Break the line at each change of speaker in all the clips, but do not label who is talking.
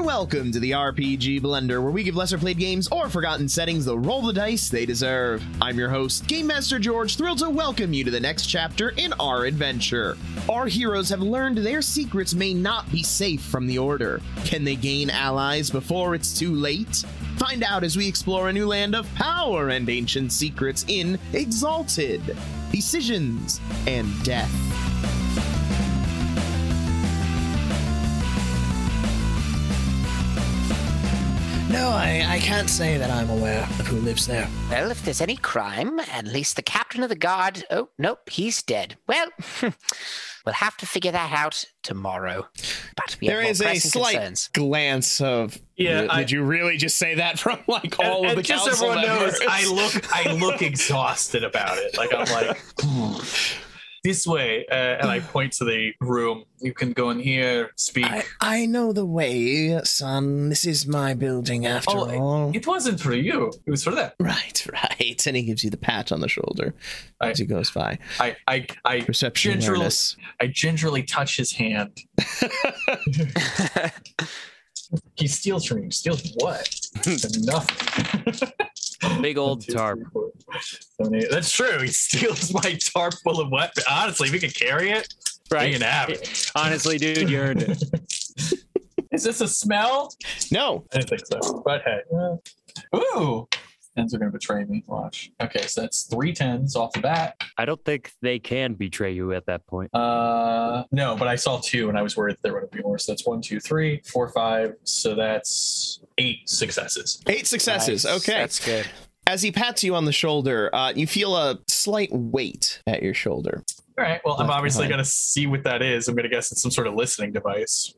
Welcome to the RPG Blender, where we give lesser played games or forgotten settings the roll the dice they deserve. I'm your host, Game Master George, thrilled to welcome you to the next chapter in our adventure. Our heroes have learned their secrets may not be safe from the Order. Can they gain allies before it's too late? Find out as we explore a new land of power and ancient secrets in Exalted, Decisions, and Death.
No, I, I can't say that I'm aware of who lives there.
Well, if there's any crime, at least the captain of the guard. Oh, nope, he's dead. Well, we'll have to figure that out tomorrow. But we
there
have
is
more
a
pressing
slight
concerns.
glance of
Yeah,
did,
I-
you really just say that from like all of
and
the
just so
council
everyone
members?
knows, I look, I look exhausted about it. Like I'm like this way, uh, and I point to the room. You can go in here, speak.
I, I know the way, son. This is my building after
Oh, I-
all.
It wasn't for you. It was for them.
Right, right. And he gives you the pat on the shoulder
I-
as he goes by.
I, I, I,
Perception
Gingerly-
awareness.
I gingerly touch his hand. He steals from you. Steals what? Nothing.
Big old tarp.
Seven, eight- That's true. He steals my tarp full of what? Honestly, if he could carry it, he can have it.
Honestly, dude, you earned it.
Is this a smell?
No.
I didn't think so. But hey. uh, ooh. Tens are gonna betray me. Watch. Okay, so that's three tens off the bat.
I don't think they can betray you at that point.
Uh no, but I saw two and I was worried that there would be more. So that's one, two, three, four, five. So that's eight successes.
Eight successes.
Nice,
Okay.
That's good.
As he pats you on the shoulder, uh, you feel a slight weight at your shoulder.
All right. Well, I'm
Left
obviously
behind.
gonna see what that is. I'm gonna guess it's some sort of listening device.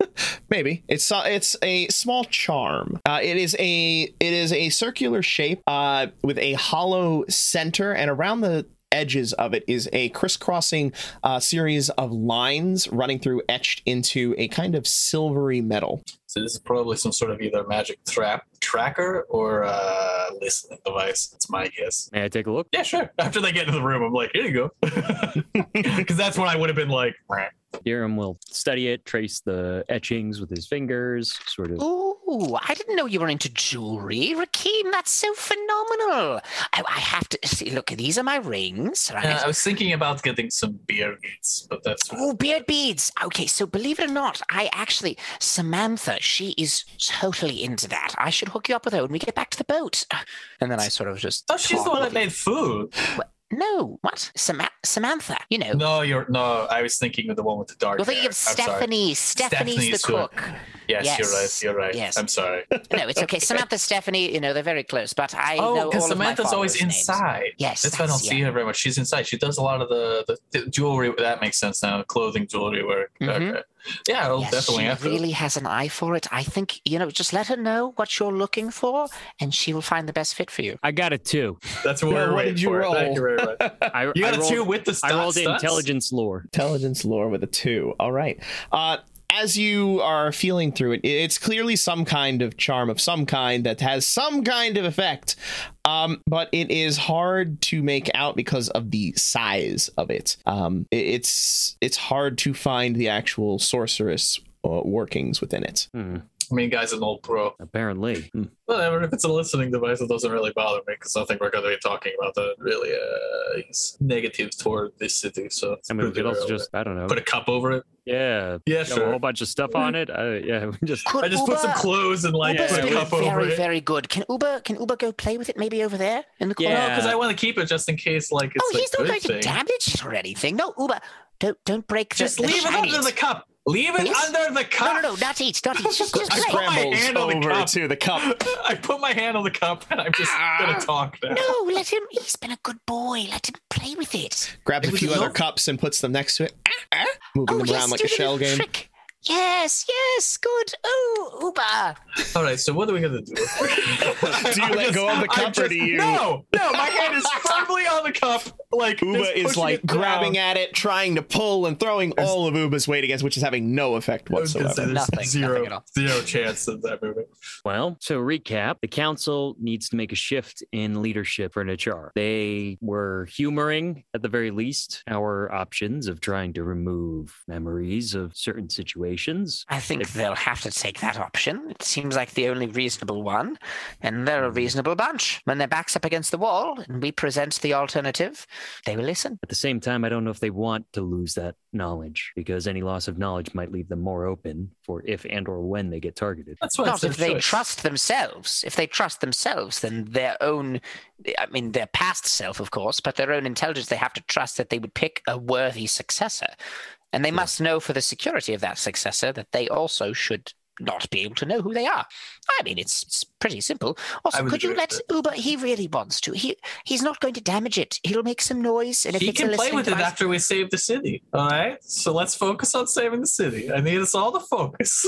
Maybe it's so- it's a small charm. Uh, it is a it is a circular shape uh, with a hollow center, and around the edges of it is a crisscrossing uh, series of lines running through, etched into a kind of silvery metal.
So this is probably some sort of either magic trap tracker or uh listening device. That's my guess.
May I take a look?
Yeah, sure. After they get into the room, I'm like, here you go. Because that's when I would have been like, "Meh."
Iram will study it, trace the etchings with his fingers, sort of.
Ooh, I didn't know you were into jewelry, Rakeem. That's so phenomenal. Oh, I, I have to see. Look, these are my rings, right?
Yeah, I was thinking about getting some beer beats, but that's
Oh, beard beads. Okay, so believe it or not, I actually Samantha, she is totally into that. I should hook you up with her when we get back to the boat. And then I sort of just
Oh, she's the
talk
one
with
that
you.
made food.
No, what? Sama- Samantha, you know.
No, you're no. I was thinking of the one with the dark.
You're thinking
hair.
of
I'm sorry.
Stephanie. Stephanie's,
Stephanie's
the
who-
cook.
Yes, you're right.
Yes.
You're right.
Yes.
I'm sorry.
No, it's okay. Samantha, Stephanie, you know, they're very close, but I know
oh,
all
because Samantha's
of my
always
followers' names.
inside.
Yes,
That's why I don't
that's-
see
yeah.
her very much. She's inside. She does a lot of the, the, the jewelry. That makes sense now. Clothing, jewelry work.
Mhm.
Okay. Yeah, I'll
Yes,
definitely
she
have to.
really has an eye for it. I think, you know, just let her know what you're looking for and she will find the best fit for you.
I got a two.
That's what
Well,
we're
what
waiting
did you
for.
roll?
Thank you very much.
I,
You
I
got a
rolled,
two with the
I
stunts.
rolled
stunts?
intelligence lore.
Intelligence lore with a two. All right. Uh, as you are feeling through it, it's clearly some kind of charm of some kind that has some kind of effect, um, but it is hard to make out because of the size of it. Um, i- it's it's hard to find the actual sorceress uh, workings within it.
Hmm,
I mean, guy's an old pro.
apparently. Hmm.
Whatever. If it's a listening device, it doesn't really bother me because I think we're going to be talking about that really uh, is negative toward this city. So it's
I mean, we
pretty
could also
irrelevant.
just, I don't know.
put a cup over it.
Yeah.
Yeah,
shove a
sure.
whole bunch of stuff on it. I, yeah, we just.
Could
I just put some
Uber-
clothes and like
Uber's
put a
been
cup over
very,
it.
very good. Can Uber can Uber go play with it maybe over there in the corner?
No, because
Yeah.
I want to keep it just in case. Like it's
oh,
a
he's not
good
going
thing.
to damage it or anything. No, Uber, don't don't break the
just
the
leave it
shiny.
under the cup. Leave it
Yes.
under the
No,
cup.
no, no, not eat, not eat. Just, just
I
put
play.
my
scrambles
hand on the
over
cup.
to the cup.
I put my hand on the cup and I'm just gonna talk now.
Ah. No, let him. He's been a good boy. Let him play with it.
grabs a
It was
few other
lovely.
cups and puts them next to it, Ah, moving
oh,
them
yes,
around like
do
a
the
shell
little
game.
Trick. Yes, yes, good. Oh, Uber.
All right, so what are we gonna do? do
you let go of the cup or do you-
No, no, my hand is firmly on the cup. Like
Uba is like grabbing at it, trying to pull and throwing all of Uba's weight against, which is having no effect whatsoever.
Nothing,
zero,
nothing at all.
zero chance of that moving.
Well, to recap, the council needs to make a shift in leadership for Nachar. They were humoring, at the very least, our options of trying to remove memories of certain situations.
I think they'll have to take that option. It seems like the only reasonable one, and they're a reasonable bunch. When their back's up against the wall and we present the alternative, they will listen.
At the same time, I don't know if they want to lose that knowledge because any loss of knowledge might leave them more open for if and or when they get targeted.
That's why
Not
it's their
if they
choice.
trust themselves. If they trust themselves, then their own, I mean, their past self, of course, but their own intelligence, they have to trust that they would pick a worthy successor. And they must know for the security of that successor that they also should not be able to know who they are. I mean, it's, it's pretty simple. Also,
would
could you
agree
let
with
Uber? He really wants to. He he's not going to damage it. He'll make some noise, and if
He
it's a
can play
listening
with it
device-
after we save the city. All right. So let's focus on saving the city. I need us all to focus.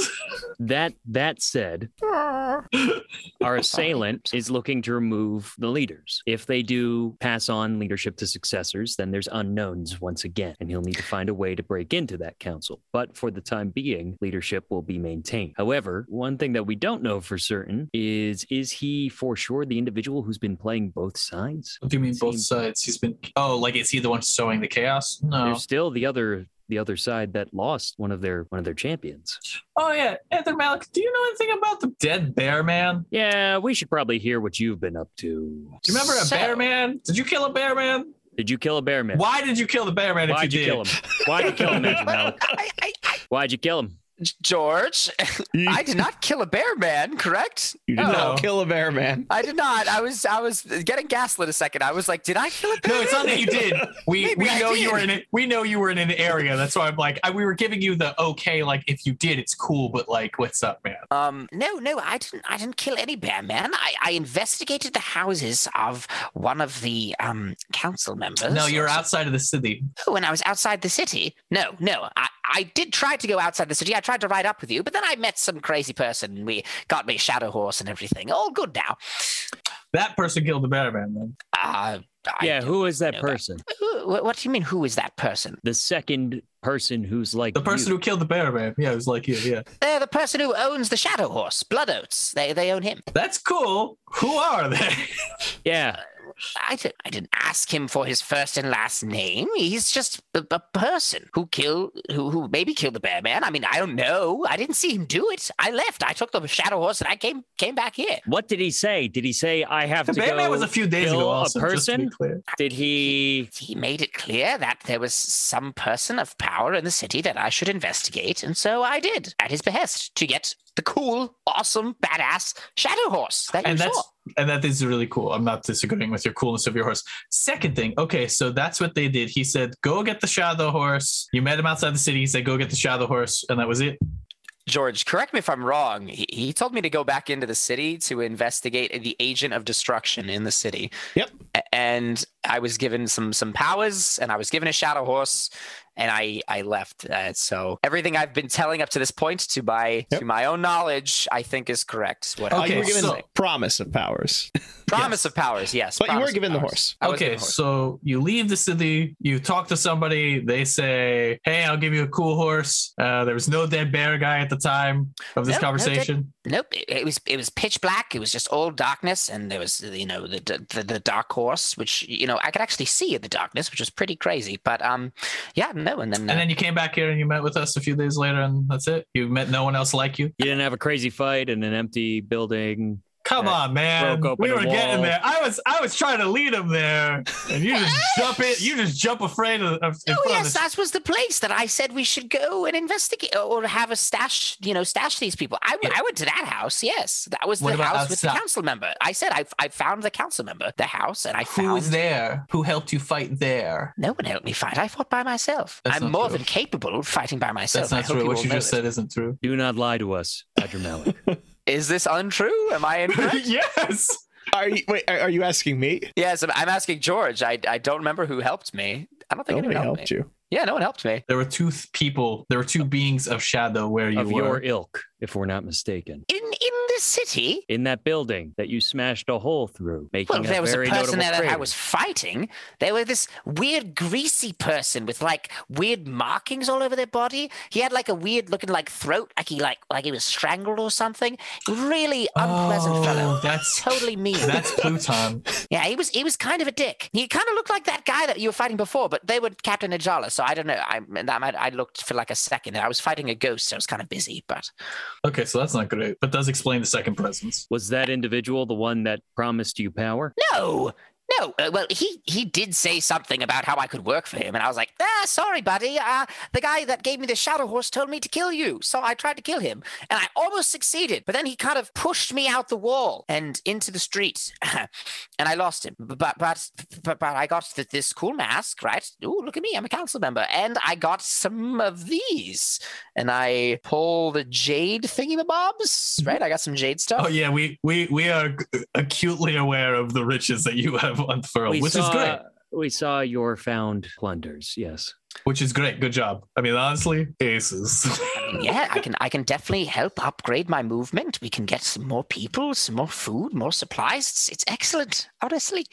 That that said, our assailant is looking to remove the leaders. If they do pass on leadership to successors, then there's unknowns once again, and he'll need to find a way to break into that council. But for the time being, leadership will be maintained. However, one thing that we don't know for certain is is he for sure the individual who's been playing both sides?
What do you mean both
Seem-
sides? He's been oh, like is he the one sowing the chaos? No.
There's still the other the other side that lost one of their one of their champions.
Oh yeah, Ether Malik. Do you know anything about the dead bear man?
Yeah, we should probably hear what you've been up to.
Do you remember a
So-
bear man? Did you kill a bear man?
Did you kill a bear man?
Why did you kill the bear man?
Why'd
if
you,
you, did?
kill him? Why'd you kill him, Major Malik?
I, I, I,
Why'd you kill him?
George, I did not kill a bear man, correct?
You did
Oh.
not kill a bear, man.
I did not. I was I was getting gaslit a second. I was like, did I kill a bear?
No, it's not that you did. We
Maybe
we
I
know you
did.
were in it. We know you were in an area. That's why I'm like I, we were giving you the okay. Like if you did, it's cool. But like, what's up, man?
Um, no, no, I didn't. I didn't kill any bear man. I, I investigated the houses of one of the um council members.
No, you're outside of the city.
Oh, when I was outside the city. No, no, I, I did try to go outside the city. I tried to ride up with you, but then I met some crazy person. and We got me shadow horse and everything. All good now.
That person killed the bear man. Then
Uh, I,
yeah, who is that
know that.
person?
who- wh- What do you mean? Who is that person?
The second person who's like
the person
you.
who killed the bear man. Yeah, it was like you. Yeah,
They're the person who owns the shadow horse, Blood Oats. They they own him.
that's cool. Who are they?
Yeah,
I didn't, I didn't ask him for his first and last name. He's just a, a person who killed, who, who maybe killed the bear man. I mean, I don't know. I didn't see him do it. I left. I took the shadow horse and I came came back here.
what did he say? Did he say I have
The
to
bear
go?
man was a few days
kill
ago.
a
Also, just to be
person?
clear.
Did he?
He made it clear that there was some person of power in the city that I should investigate, and so I did at his behest to get the cool, awesome, badass shadow horse that you
and that's
saw.
and that is really cool. I'm not disagreeing with your coolness of your horse. Second thing, okay, so that's what they did. He said, "Go get the shadow horse." You met him outside the city. He said, "Go get the shadow horse," and that was it.
George, correct me if I'm wrong. He, he told me to go back into the city to investigate the agent of destruction in the city.
Yep.
A- And I was given some some powers, and I was given a shadow horse, and I I left. Uh, so everything I've been telling up to this point, to my
Yep.
to my own knowledge, I think is correct. What
Uh,
Okay,
you were given
so-
promise of powers,
promise of powers, yes.
but you
promise
were
of
given the
powers.
horse.
I was given
okay,
the horse.
so you leave the city. You talk to somebody. They say, "Hey, I'll give you a cool horse." Uh, there was no dead bear guy at the time of this
Nope, no dead-
conversation.
Nope, it, it was it was pitch black. It was just all darkness, and there was you know the, the- the the dark horse, which you know I could actually see in the darkness, which was pretty crazy. But um, yeah, no, and then, uh,
and then you came back here and you met with us a few days later, and that's it. You met no one else like you.
You didn't have a crazy fight in an empty building.
Come
Yeah.
on, man.
Broke open
We
a
were getting
wall.
there. I was I was trying to lead him there, and you just
What?
jump it. You just jump afraid of. of in
oh
front
yes,
of the-
that was the place that I said we should go and investigate or have a stash, you know, stash these people. I, w-
Yeah.
I went to that house. Yes, that was
What
the
about
house with the
outside?
council member. I said I I found the council member, the house, and I found
Who was there? Who helped you fight there?
no one helped me fight. I fought by myself.
That's
I'm
not
more
true.
than capable of fighting by myself.
That's
I
not
hope
true. What
all
you
know
just
this.
said isn't true.
Do not lie to us, Badger Malik.
Is this untrue? Am I incorrect?
yes.
Are you wait? Are, are you asking me?
Yes, I'm, I'm asking George. I, I don't remember who helped me. I don't think
Nobody
anyone helped,
helped
me.
you.
Yeah, no one helped me.
There were two th- people. There were two beings of shadow where you
of
were.
your ilk, if we're not mistaken.
In in the this city?
in that building that you smashed a hole through, making
Well, there
a
was a
very
person
notable
there that I
crater.
was fighting. There were this weird, greasy person with like weird markings all over their body. He had like a weird looking like throat, like he like like he was strangled or something. Really unpleasant fellow.
Oh, that's-
totally mean.
That's Pluton.
Yeah, he was he was kind of a dick. He kind of looked like that guy that you were fighting before, but they were Captain Ajala, so I don't know. I that might, I looked for like a second. I was fighting a ghost, so I was kind of busy. But
Okay, so that's not great, but does explain the second presence.
Was that individual the one that promised you power?
no, no. Uh, well, he he did say something about how I could work for him, and I was like, ah, sorry, buddy. Uh, the guy that gave me the shadow horse told me to kill you, so I tried to kill him, and I almost succeeded. But then he kind of pushed me out the wall and into the street, and I lost him. But but but, but I got th- this cool mask, right? Ooh, look at me, I'm a council member, and I got some of these, and I pull the jade thingamabobs, right? I got some jade stuff.
Oh yeah, we we we are acutely aware of the riches that you have unfurled, which is great.
We saw your found plunders. Yes.
Which is great. Good job. I mean, honestly, aces.
yeah, I can I can definitely help upgrade my movement. We can get some more people, some more food, more supplies. It's, it's excellent, honestly.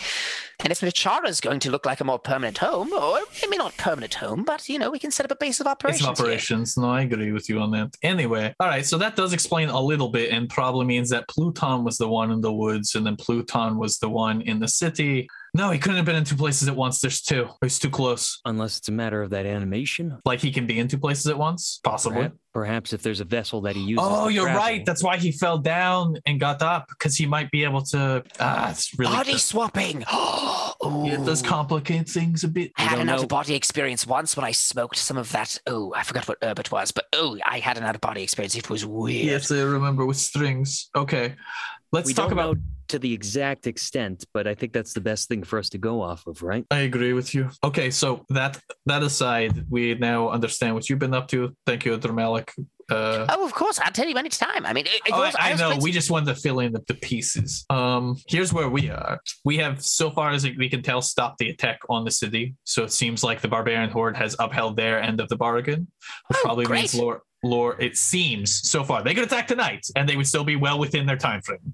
And if Nachara is going to look like a more permanent home, or maybe not permanent home, but you know, we can set up a base of operations.
It's
here.
operations. No, I agree with you on that. Anyway, all right. So that does explain a little bit, and probably means that Pluton was the one in the woods, and then Pluton was the one in the city. No, he couldn't have been in two places at once. There's two. It's too close.
Unless it's a matter of that animation.
Like he can be in two places at once, possibly.
Perhaps, perhaps if there's a vessel that he uses.
Oh,
to
you're
travel.
right. That's why he fell down and got up because he might be able to. Ah, it's really.
Body swapping. Ooh.
it does complicate things a bit.
I had
don't
an out
know.
of body experience once when I smoked some of that. Oh, I forgot what herb it was, but oh, I had an out of body experience. It was weird.
Yes, I remember with strings. Okay, let's
we
talk
don't
about.
know to the exact extent, but I think that's the best thing for us to go off of, right?
I agree with you. Okay, so that that aside, we now understand what you've been up to. Thank you, Dramalik. Uh,
Oh, of course. I'll tell you anytime. I mean, it, it
oh,
was,
I, I
was
know.
playing-
We just wanted to fill in the, the pieces. Um, here's where we are. We have, so far as we can tell, stopped the attack on the city. So it seems like the barbarian horde has upheld their end of the bargain, which
Oh,
probably
great.
means lore. Lore, it seems so far they could attack tonight, and they would still be well within their time frame.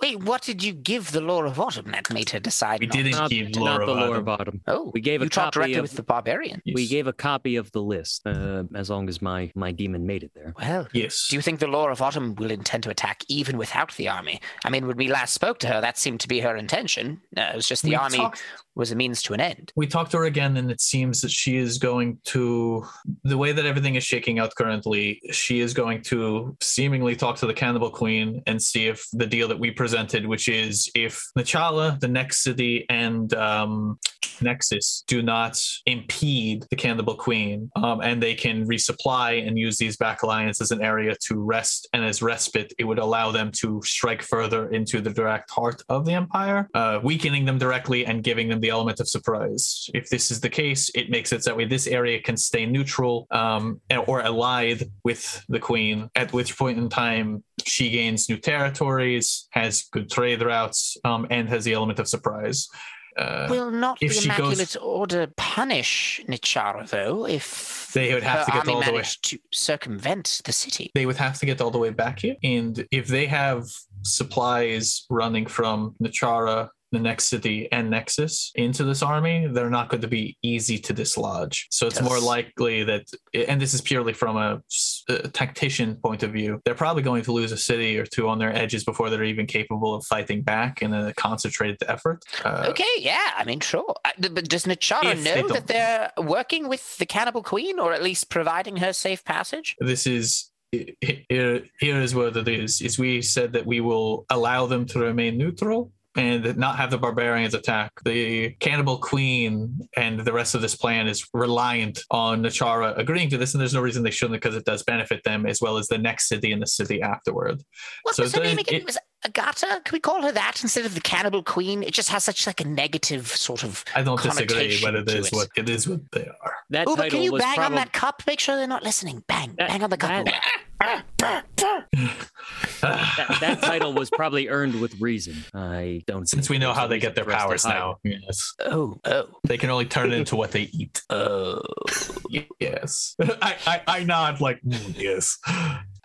Wait, what did you give the Lord of Autumn that made her decide?
We
not-
didn't
Not,
give
not
lore
the
about
lower
them.
bottom.
Oh,
We gave a
you talked
copy
directly
of-
with the barbarian.
We
Yes.
gave a copy of the list, uh, as long as my my demon made it there.
Well,
yes.
do you think the Lord of Autumn will intend to attack even without the army? I mean, when we last spoke to her, that seemed to be her intention. No, it was just the
We
army
talked-
was a means to an end.
we talked to her again and it seems that she is going to the way that everything is shaking out currently she is going to seemingly talk to the cannibal queen and see if the deal that we presented which is if Nachala, the next city and um, nexus do not impede the cannibal queen um, and they can resupply and use these back lines as an area to rest and as respite it would allow them to strike further into the direct heart of the empire uh, weakening them directly and giving them the element of surprise if this is the case it makes it so that way this area can stay neutral um, or allied with the queen at which point in time she gains new territories has good trade routes um, and has the element of surprise uh,
Will not
if
the
she goes-
Immaculate Order punish Nichara, though, if
They would
her
have to get
army
all the way-
managed to circumvent the city?
they would have to get all the way back here. And if they have supplies running from Nachara, the next city, and Nexus into this army, they're not going to be easy to dislodge. So it's more
Yes.
likely that, and this is purely from a, s- a tactician point of view, they're probably going to lose a city or two on their edges before they're even capable of fighting back in a concentrated effort. Uh,
Okay, yeah, I mean, sure. Uh, th- But does Nachara
If they
know
don't-
that they're working with the Cannibal Queen, or at least providing her safe passage?
this is here, here is what it is is we said that we will allow them to remain neutral and not have the barbarians attack the cannibal queen and the rest of this plan is reliant on nachara agreeing to this and there's no reason they shouldn't because it does benefit them as well as the next city and the city afterward
What
So
was her
then
name again?
it-
was Agata? Can we call her that instead of the Cannibal Queen? It just has such like a negative sort of.
i don't disagree
Connotation
but it
to
is
it.
what it is what they are
That
Oh,
title
but can you
was
bang on
probably
that cup? Make sure they're not listening. Bang,
That-
bang on the cup.
that- that, that title was probably earned with reason. I don't.
since
think
we know
there's a
how they
reason
get their
for us to
powers
hide
now yes
Oh, oh,
they can only turn into what they eat
oh.
yes I, I i nod like "Mm, yes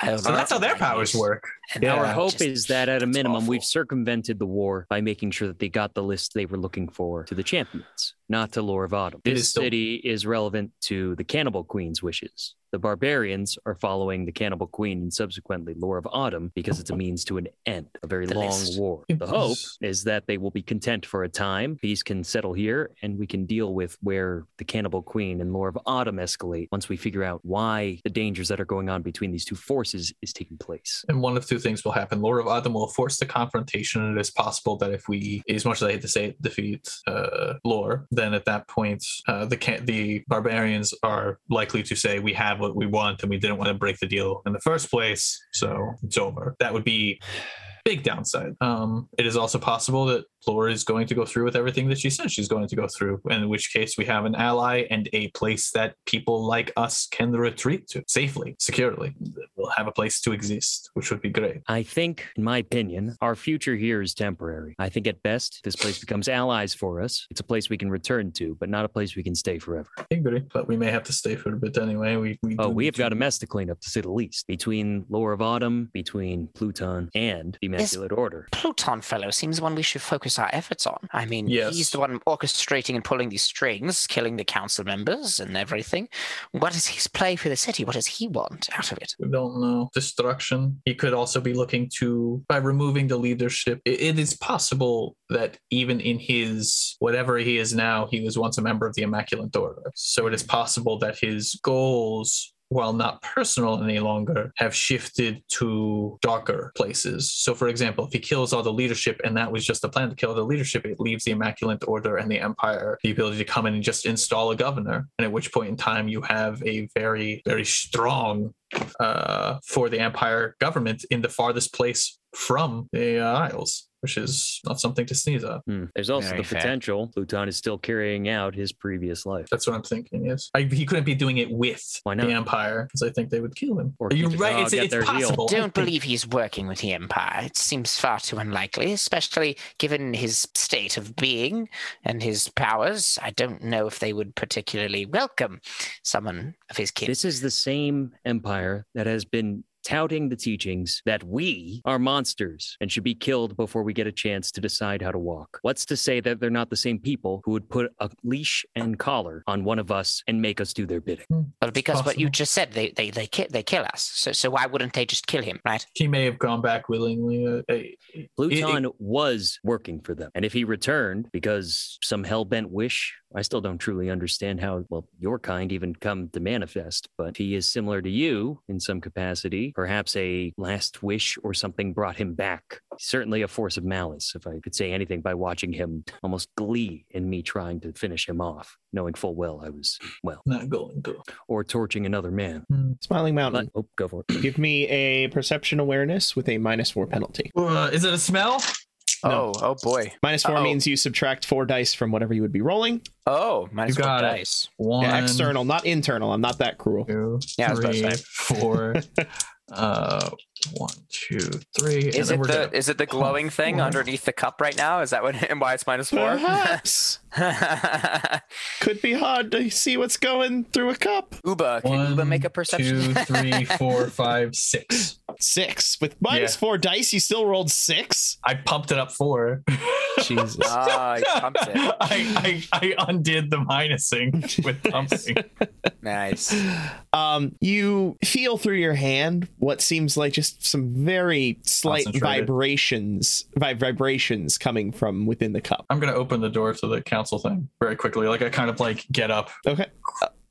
I don't
So
know.
that's how their powers work.
And
Yeah.
now
Our
I'm
hope
just-
is that at a
it's
minimum,
awful.
we've circumvented the war by making sure that they got the list they were looking for to the champions, not to Lore of Autumn.
It
This
is still-
city is relevant to the Cannibal Queen's wishes. The barbarians are following the Cannibal Queen and subsequently Lore of Autumn because it's a means to an end, a very
The
long
list.
war.
It
The hope
was-
is that they will be content for a time, peace can settle here, and we can deal with where the Cannibal Queen and Lore of Autumn escalate once we figure out why the dangers that are going on between these two forces is taking place.
And one of two things will happen. Lord of Adam will force the confrontation, and it is possible that if we, as much as I hate to say it, defeat uh, Lore, then at that point, uh, the ca- the barbarians are likely to say, We have what we want, and we didn't want to break the deal in the first place, so it's over. That would be big downside. Um, it is also possible that Lore is going to go through with everything that she said she's going to go through, in which case we have an ally and a place that people like us can retreat to safely, securely. We'll have a place to exist, which would be great.
I think, in my opinion, our future here is temporary. I think at best, this place becomes allies for us. It's a place we can return to, but not a place we can stay forever.
I agree, but we may have to stay for a bit anyway. We, we
Oh,
do
we
need
have
to-
got a mess to clean up, to say the least, between Lore of Autumn, between Pluton, and the Immaculate Order.
Pluton fellow seems the one we should focus our efforts on. I mean,
Yes.
he's the one orchestrating and pulling these strings, killing the council members and everything. What is his play for the city? What does he want out of it?
We don't know. Destruction. He could also be looking to, by removing the leadership, i- it is possible that even in his, whatever he is now, he was once a member of the Immaculate Order. So it is possible that his goals, while not personal any longer, have shifted to darker places. So, for example, if he kills all the leadership and that was just a plan to kill the leadership, it leaves the Immaculate Order and the Empire the ability to come in and just install a governor. And at which point in time, you have a very, very strong uh, for the Empire government in the farthest place from the uh, Isles, which is not something to sneeze at.
Hmm. There's also
Very
the
fair.
potential Pluton is still carrying out his previous life.
That's what I'm thinking. Yes, I, he couldn't be doing it with
Why not?
the Empire because I think they would kill him.
Or
You're
keep it
right.
raw,
It's,
get
it's
their heel.
possible. I
Don't
think-
believe he's working with the Empire. It seems far too unlikely, especially given his state of being and his powers. I don't know if they would particularly welcome someone of his kin.
This is the same empire that has been touting the teachings that we are monsters and should be killed before we get a chance to decide how to walk. What's to say that they're not the same people who would put a leash and collar on one of us and make us do their bidding?
Well, because what you
possible.
just said, they they they kill, they kill us. So so why wouldn't they just kill him, right?
He may have gone back willingly. Uh, eh,
Pluton was working for them. And if he returned because some hell bent wish, I still don't truly understand how, well, your kind even come to manifest, but he is similar to you in some capacity. Perhaps a last wish or something brought him back. Certainly a force of malice, if I could say anything, by watching him almost glee in me trying to finish him off, knowing full well I was, well,
not going to.
or torching another man.
Hmm.
Smiling
But,
Mountain,
oh, go for it.
give me a perception awareness with a minus four penalty.
Uh, is it a smell? No.
Oh oh boy.
Minus four
Uh-oh.
means you subtract four dice from whatever you would be rolling.
Oh, minus
You
four
got it.
dice.
One
Yeah, external, not internal. I'm not that cruel.
two,
Yeah, I was about to
three,
say.
four, uh, one, two, three. and
Is
then
it
we're
the
gonna-
is it the
Oh,
glowing thing
four.
underneath the cup right now? Is that what and why it's minus four?
Perhaps could be hard to see what's going through a cup.
Uba, can Uba
One,
make a perception?
Two, three, four, five, six.
Six with minus
Yeah.
four dice, you still rolled six.
I pumped it up four.
Jesus.
Ah, he pumped it.
I, I, I undid the minusing with pumping.
Nice.
Um, you feel through your hand what seems like just some very slight
Concentrated.
vibrations, vi- vibrations coming from within the cup.
I'm gonna open the door to the council thing very quickly. Like I kind of like get up
Okay,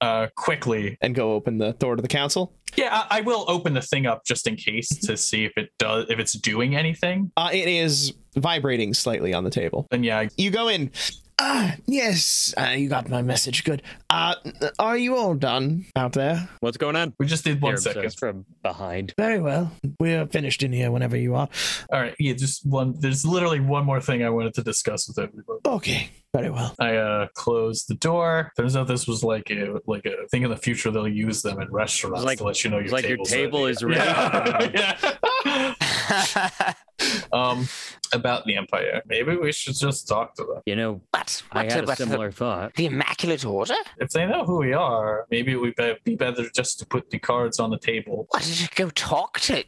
uh quickly.
and go open the door to the council.
Yeah, I, I will open the thing up just in case to see if it does if it's doing anything.
Uh, it is vibrating slightly on the table.
And yeah, I-
You go in. Ah, yes, uh, you got my message. Good. Uh, are you all done out there?
What's going on?
we just did one
Arab says
second.
From behind.
Very well. We're finished in here whenever you are.
All right, yeah, just one. There's literally one more thing I wanted to discuss with everybody.
Okay, very well.
I uh closed the door. Turns out this was like a like a thing in the future they'll use them in restaurants
like-
to let you know
it's
your
like your
table's
table
ready.
is ready.
Yeah. Yeah. um, about the empire. Maybe we should just talk to them.
You know,
What?
I
What
had a
about the-
similar thought.
The Immaculate Order?
If they know who we are, maybe it would be- be better just to put the cards on the table.
What did you go talk to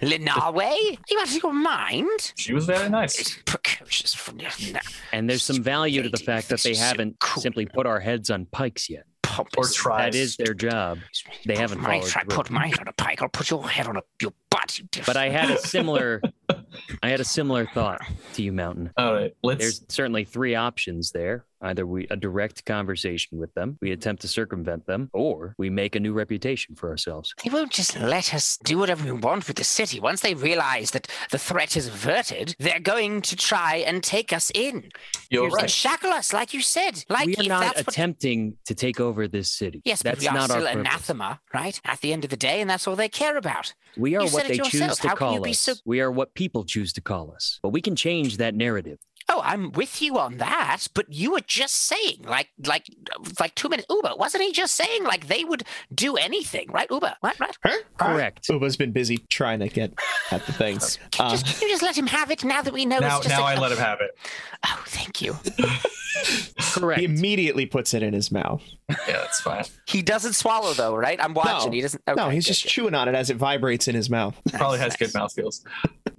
Linawe? Are you out of your mind?
She was very nice.
It's precocious from your no,
And there's some value to the fact that they haven't
Cool.
simply put our heads on pikes yet.
Or
pompous.
tries.
That is their job.
Excuse me.
They
Put
haven't
my
followed
head-
through.
Put my head on a pike. I'll put your head on a, your butt. You
But I had a similar I had a similar thought to you, Mountain.
All right, let's.
There's certainly three options there. Either we a direct conversation with them, we attempt to circumvent them, or we make a new reputation for ourselves.
They won't just let us do whatever we want with the city. Once they realize that the threat is averted, they're going to try and take us in
you're
and
right.
shackle us, like you said. Like
we are
if
not
that's what
attempting to take over this city.
Yes, but
that's
we are
not
still
our purpose.
anathema, right? At the end of the day, and that's all they care about.
We are
You said
what
it
they choose
yourself.
to
How can you
call
be
us.
so-
We are what people choose to call us. But we can change that narrative.
Oh, I'm with you on that, but you were just saying, like, like, like two minutes. Uber, wasn't he just saying like they would do anything, right? Uber, right, right?
Correct.
Uba's been busy trying to get at the things.
Can, you
Uh,
just, can you just let him have it now that we know
Now,
it's just.
now
I
I let him have it.
Oh, thank you.
Correct.
he immediately puts it in his mouth.
Yeah, it's fine.
He doesn't swallow though, right? I'm watching.
No.
He doesn't. Okay,
no, he's
good,
just
good.
chewing on it as it vibrates in his mouth.
Probably has
Nice,
good mouth skills.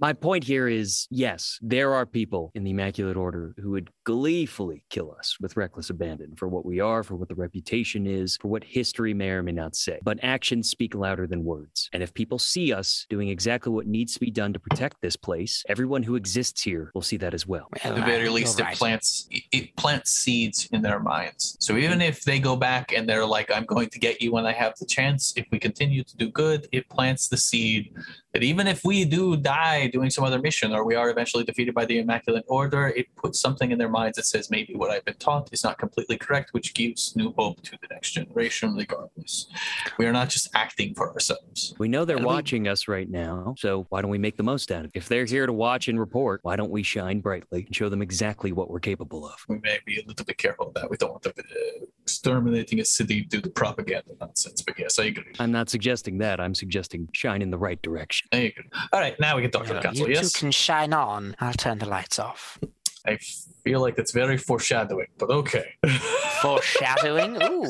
My point here is yes, there are people in the Immaculate Order who would gleefully kill us with reckless abandon for what we are, for what the reputation is, for what history may or may not say. But actions speak louder than words. And if people see us doing exactly what needs to be done to protect this place, everyone who exists here will see that as well.
Well,
At the
uh,
very
you're
least, it
right.
plants it- it plants seeds in their minds. So even if they go back and they're like, "I'm going to get you when I have the chance," if we continue to do good, it plants the seed that even if we do die doing some other mission or we are eventually defeated by the Immaculate Order, it puts something in their minds that says maybe what I've been taught is not completely correct, which gives new hope to the next generation. Regardless, we are not just acting for ourselves.
We know they're
And we-
watching us right now, so why don't we make the most out of it? If they're here to watch and report, why don't we shine brightly and show them exactly what we're capable of?
We may be a little bit careful of that we don't want to uh, exterminating a city due to propaganda nonsense. But yes, I agree.
I'm not suggesting that. I'm suggesting shine in the right direction.
There you go. All right, now we can talk to the
No,
council.
you
Yes,
two can shine on. I'll turn the lights off.
I feel like that's very foreshadowing, but okay. Oh,
Foreshadowing. Ooh,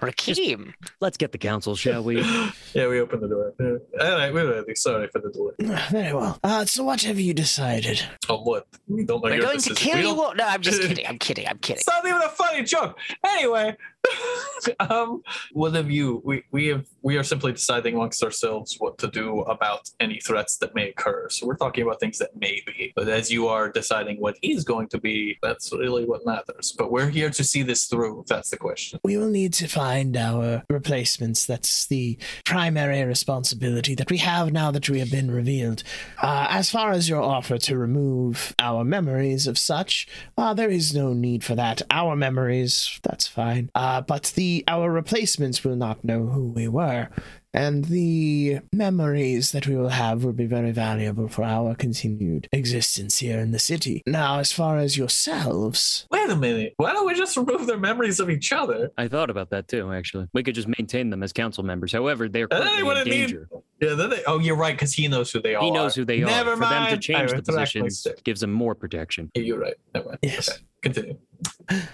Rakim.
Let's get the council, shall we?
yeah, we opened the door. Yeah. All right, we're ready. Sorry for the delay.
Very well. Uh, so what have you decided?
Oh, what? We don't like
We're
your
going to
decision.
kill
We
you.
don't-
all- No, I'm just kidding. I'm kidding. I'm kidding.
It's not even a funny joke. Anyway, um, what have you? We we have we are simply deciding amongst ourselves what to do about any threats that may occur. So we're talking about things that may be, but as you are deciding what is going to be, that's really what matters. But we're here to see this through. If that's the question.
We will need to find our replacements. That's the primary responsibility that we have now that we have been revealed. Uh, as far as your offer to remove our memories of such, uh, there is no need for that. Our memories, that's fine. Uh, but the our replacements will not know who we were. And the memories that we will have will be very valuable for our continued existence here in the city. Now, as far as yourselves,
Wait a minute. Why don't we just remove their memories of each other?
I thought about that too, actually. We could just maintain them as council members. However, they're
And then
currently
they
in
wouldn't need-
danger.
Yeah. Then they, oh, you're right, because he knows who they are.
He knows who they
Never
are.
mind.
For them to change
I
the
retract my
positions
statement.
gives them more protection.
Yeah, You're right. Never mind.
Yes.
Okay, Continue.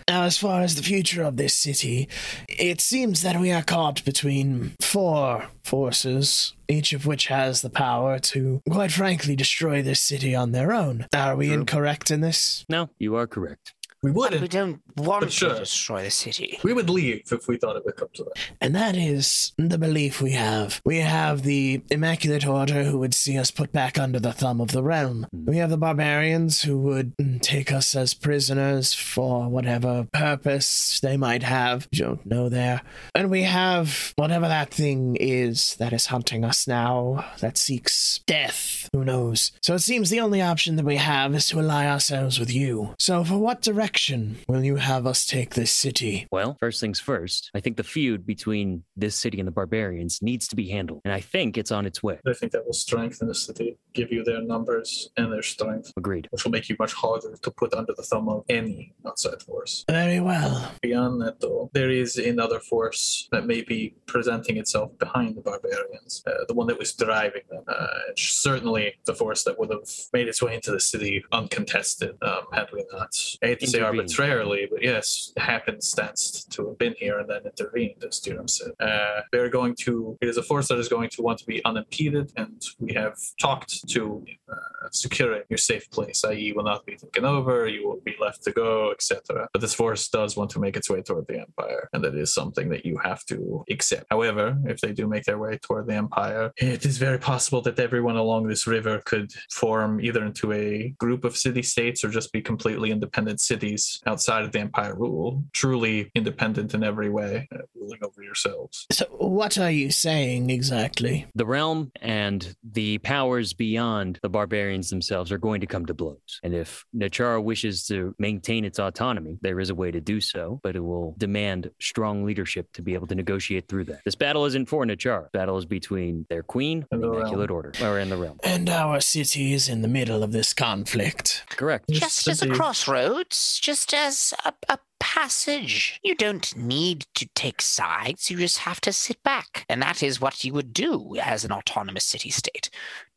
Now, as far as the future of this city, it seems that we are caught between four forces, each of which has the power to, quite frankly, destroy this city on their own. Are we incorrect in this?
No, you are correct.
We
But we
wouldn't.
don't want
sure.
to destroy the city.
We would leave if we thought it would come to that.
And that is the belief we have. We have the Immaculate Order who would see us put back under the thumb of the realm. We have the barbarians who would mm, take us as prisoners for whatever purpose they might have. You don't know there. And we have whatever that thing is that is hunting us now, that seeks death. Who knows? So it seems the only option that we have is to ally ourselves with you. So, for what direction will you have us take this city?
Well, first things first, I think the feud between this city and the barbarians needs to be handled. And I think it's on its way.
I think that will strengthen the city, give you their numbers and their strength,
Agreed.
which will make you much harder to put under the thumb of any outside force.
Very well.
Beyond that, though, there is another force that may be presenting itself behind the barbarians, uh, the one that was driving them. Uh, it's certainly the force that would have made its way into the city uncontested um, had we not. I hate to say arbitrarily,
intervened.
but yes, happenstance to have been here and then intervened, as Durham said. Uh, they're going to, it is a force that is going to want to be unimpeded, and we have talked to uh, securing your safe place, i.e., you will not be taken over, you will be left to go, etc. But this force does want to make its way toward the Empire, and that is something that you have to accept. However, if they do make their way toward the Empire, it is very possible that everyone along this river could form either into a group of city states or just be completely independent cities outside of the Empire rule, truly independent in every way, uh, ruling over yourselves.
So, what are you saying exactly?
The realm and the powers beyond the barbarians themselves are going to come to blows. And if Nachara wishes to maintain its autonomy, there is a way to do so, but it will demand strong leadership to be able to negotiate through that. This battle isn't for Nachara. The battle is between their queen
And
and the
the realm.
Immaculate Order, or in the realm.
And our city is in the middle of this conflict.
Correct.
just as a
City.
crossroads, just as a, a passage. You don't need to take sides, you just have to sit back. And that is what you would do as an autonomous city state.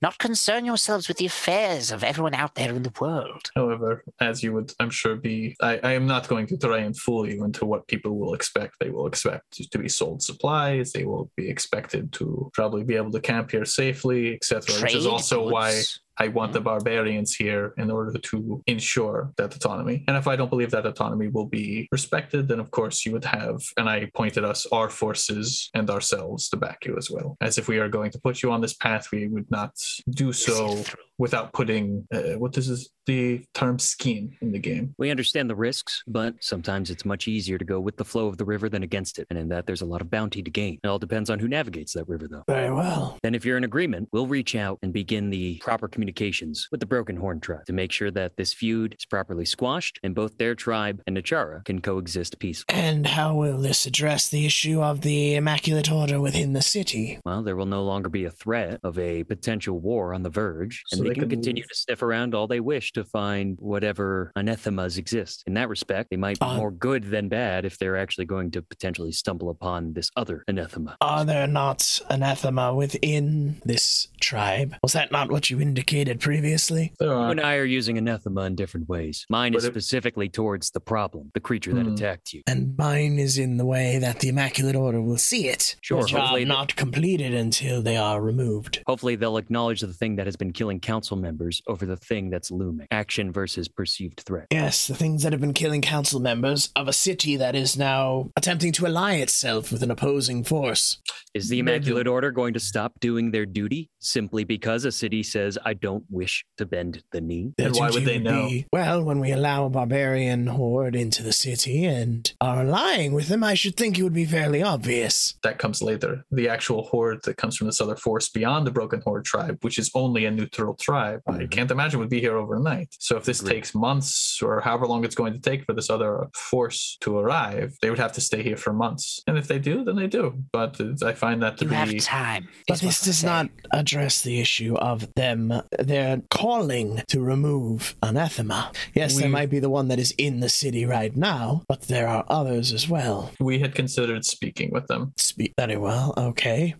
Not concern yourselves with the affairs of everyone out there in the world.
However, as you would, I'm sure, be, I, I am not going to try and fool you into what people will expect. They will expect to, to be sold supplies. They will be expected to probably be able to camp here safely, etc. Which is
Trade
also why
goods.
I want the barbarians here in order to ensure that autonomy. And if I don't believe that autonomy will be respected, then of course you would have, and I pointed us, our forces and ourselves to back you as well. As if we are going to put you on this path, we would not do
See it
so
through.
without putting, uh, what is this, the term scheme in the game.
We understand the risks, but sometimes it's much easier to go with the flow of the river than against it. And in that, there's a lot of bounty to gain. It all depends on who navigates that river, though.
Very well.
Then, if you're in agreement, we'll reach out and begin the proper communications with the Broken Horn tribe to make sure that this feud is properly squashed and both their tribe and Nachara can coexist peacefully.
And how will this address the issue of the Immaculate Order within the city?
Well, there will no longer be a threat of a potential war on the verge, and
So
they,
they
can,
can
continue
move.
to sniff around all they wish to find whatever anathemas exist. In that respect, they might be
Uh,
more good than bad if they're actually going to potentially stumble upon this other anathema.
Are
Uh,
there not anathema within this tribe? Was that not what you indicated previously?
There
You
are.
and I are using anathema in different ways. Mine is
But it-
specifically towards the problem, the creature that
Hmm.
attacked you.
And mine is in the way that the Immaculate Order will see it.
Sure,
Which are
hopefully-
not completed until they are removed.
Hopefully, they'll acknowledge the thing that has been killing council members over the thing that's looming action versus perceived threat.
Yes, the things that have been killing council members of a city that is now attempting to ally itself with an opposing force.
Is the
They do.
Immaculate Order going to stop doing their duty simply because a city says, I don't wish to bend the knee?
Their
And why
duty
would they know?
be- well, when we allow a barbarian horde into the city and are allying with them, I should think it would be fairly obvious.
that comes later. The actual horde that comes from this other force beyond the Broken Horde tribe, which is only a neutral tribe, I
Mhm.
can't imagine would be here overnight. So if this
Agreed.
takes months or however long it's going to take for this other force to arrive, they would have to stay here for months. And if they do, then they do. But uh, I find that to
You
be
have time.
But
is what
this
I'm
does
saying.
not address the issue of them their calling to remove anathema. Yes, there
We-
might be the one that is in the city right now, but there are others as well.
we had considered speaking with them.
Speak very well, okay.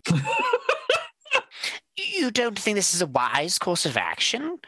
You don't think this is a wise course of action?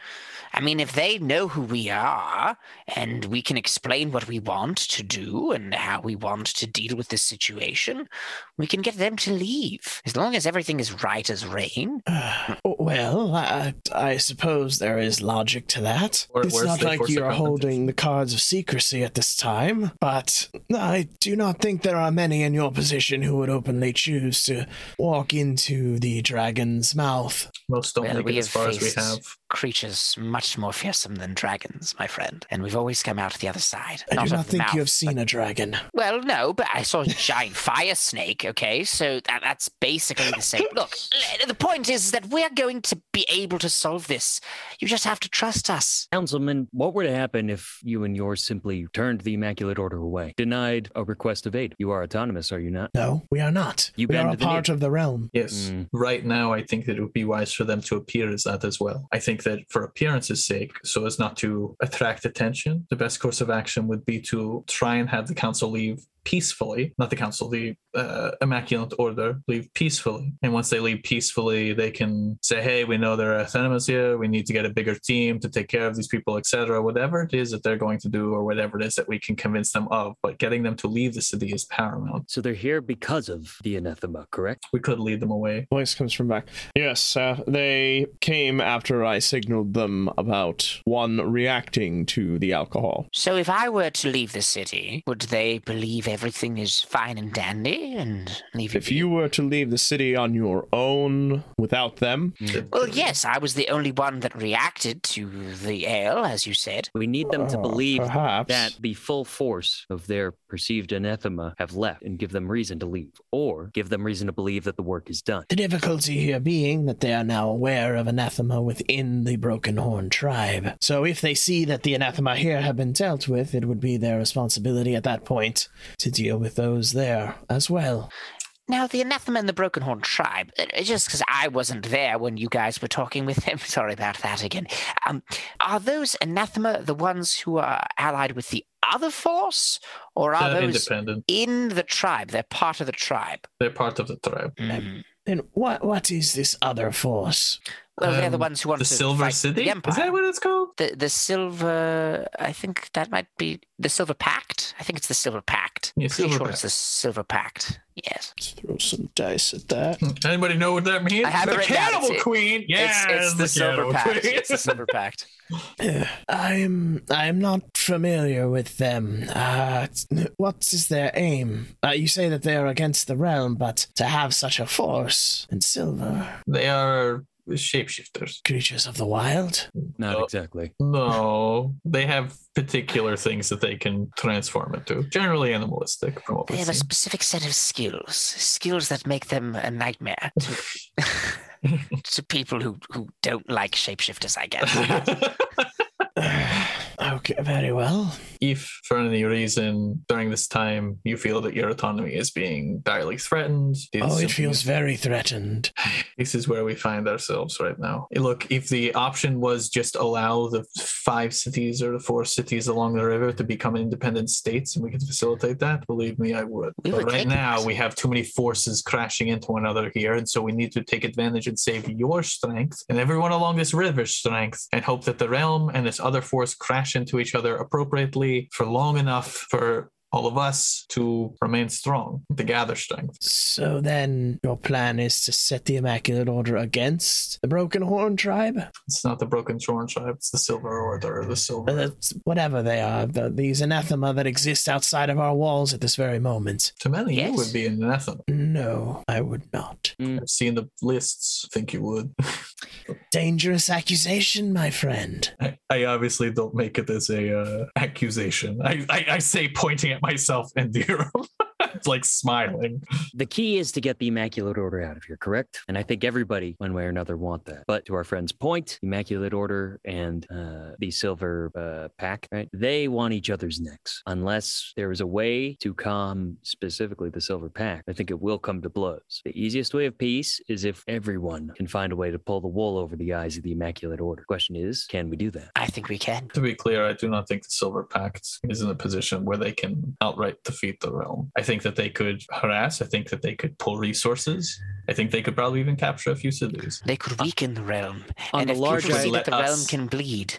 I mean, if they know who we are and we can explain what we want to do and how we want to deal with this situation, we can get them to leave. As long as everything is right as rain,
Uh, well, I, I suppose there is logic to that.
Or
it's
worse,
not
they
like
force a
you are holding
confrontation.
the cards of secrecy at this time, but I do not think there are many in your position who would openly choose to walk into the dragon's mouth.
Most don't
Well,
make
we
it as
have
far as we
faced-
have.
creatures much more fearsome than dragons, my friend. And we've always come out the other side.
I do
of
not
the
think
mouth,
you have seen a dragon.
Well, no, but I saw a giant fire snake, okay? So that, that's basically the same. Look, l- the point is that we're going to be able to solve this. You just have to trust us.
Councilman, what were to happen if you and yours simply turned the Immaculate Order away, denied a request of aid? You are autonomous, are you not?
No, we are not.
You
we
bend
are a
the knee.
part of the realm.
Yes.
Mm.
Right now, I think that it would be wise for them to appear as that as well. I think that for appearance's sake, so as not to attract attention, the best course of action would be to try and have the council leave peacefully, not the council, the uh, Immaculate Order, leave peacefully. And once they leave peacefully, they can say, hey, we know there are enemies here. We need to get a bigger team to take care of these people, etc. Whatever it is that they're going to do or whatever it is that we can convince them of. But getting them to leave the city is paramount.
So they're here because of the anathema, correct?
We could lead them away.
Voice comes from back. Yes, uh, they came after I signaled them about one reacting to the alcohol.
So if I were to leave the city, would they believe everything is fine and dandy and leave
If
be?
you were to leave the city on your own without them,
Well, yes, I was the only one that reacted to the ale, as you said.
We need them to
uh,
believe
perhaps
that the full force of their perceived anathema have left and give them reason to leave, or give them reason to believe that the work is done.
The difficulty here being that they are now aware of anathema within the Broken Horn tribe. So if they see that the anathema here have been dealt with, it would be their responsibility at that point to deal with those there as well.
Now, the anathema and the broken horn tribe, uh, uh, just because I wasn't there when you guys were talking with them, sorry about that again. Um, are those anathema the ones who are allied with the other force, or are
They're
those
independent.
in the tribe? They're part of the tribe.
They're part of the tribe.
Mm.
Then what what is this other force?
Well, they're the
Um,
ones who want
The
to
Silver
fight
City?
The empire.
Is that what it's called?
the the silver i think that might be the silver pact i think it's the silver pact
Yeah,
I'm pretty
Silver
sure
Pact.
it's the silver pact yes
Let's throw some dice at that.
Anybody know what that means?
I have it
the
written down.
Cannibal
It's-
Queen. Yeah,
it's, it's the silver
Cannibal
pact
Queen.
it's the silver pact
I'm I'm not familiar with them. Uh, what is their aim? Uh, you say that they are against the realm, but to have such a force and silver
They are shapeshifters.
creatures of the wild.
Not
Oh.
exactly.
No, they have particular things that they can transform into. Generally animalistic, from what
they
we've
have a
seen.
specific set of skills skills that make them a nightmare to, to people who, who don't like shapeshifters i guess
okay, very well.
if for any reason during this time you feel that your autonomy is being direly threatened, this is
Oh, it
something
feels
that-
very threatened.
this is where we find ourselves right now. Eh, Look, if the option was just allow the five cities or the four cities along the river to become independent states and we could facilitate that, believe me, I would.
We
but
would
right
take
now,
that.
we have too many forces crashing into one another here. And so we need to take advantage and save your strength and everyone along this river's strength and hope that the realm and this other force crash into each other appropriately for long enough for all of us to remain strong, to gather strength.
So then, your plan is to set the Immaculate Order against the Broken Horn tribe?
It's not the broken thorn tribe. It's the silver order. The silver.
Uh, whatever they are, the, these anathema that exist outside of our walls at this very moment.
to many,
Yes.
you would be an anathema.
No, I would not.
I've seen the lists. Think you would.
Dangerous accusation, my friend.
I, I obviously don't make it as a uh, accusation. I, I I say pointing at myself and Nero, like smiling.
The key is to get the Immaculate Order out of here, correct? And I think everybody, one way or another, want that. But to our friend's point, Immaculate Order and uh, the Silver uh, Pack, right? They want each other's necks. Unless there is a way to calm specifically the Silver Pack, I think it will come to blows. The easiest way of peace is if everyone can find a way to pull the wool over the eyes of the Immaculate Order. Question is, can we do that?
i think we can
To be clear, I do not think the Silver Pact is in a position where they can outright defeat the realm. I think that they could harass. I think that they could pull resources. I think they could probably even capture a few cities.
they could weaken the realm
On
and
the
if
larger
people see
Let
that the realm
us-
can bleed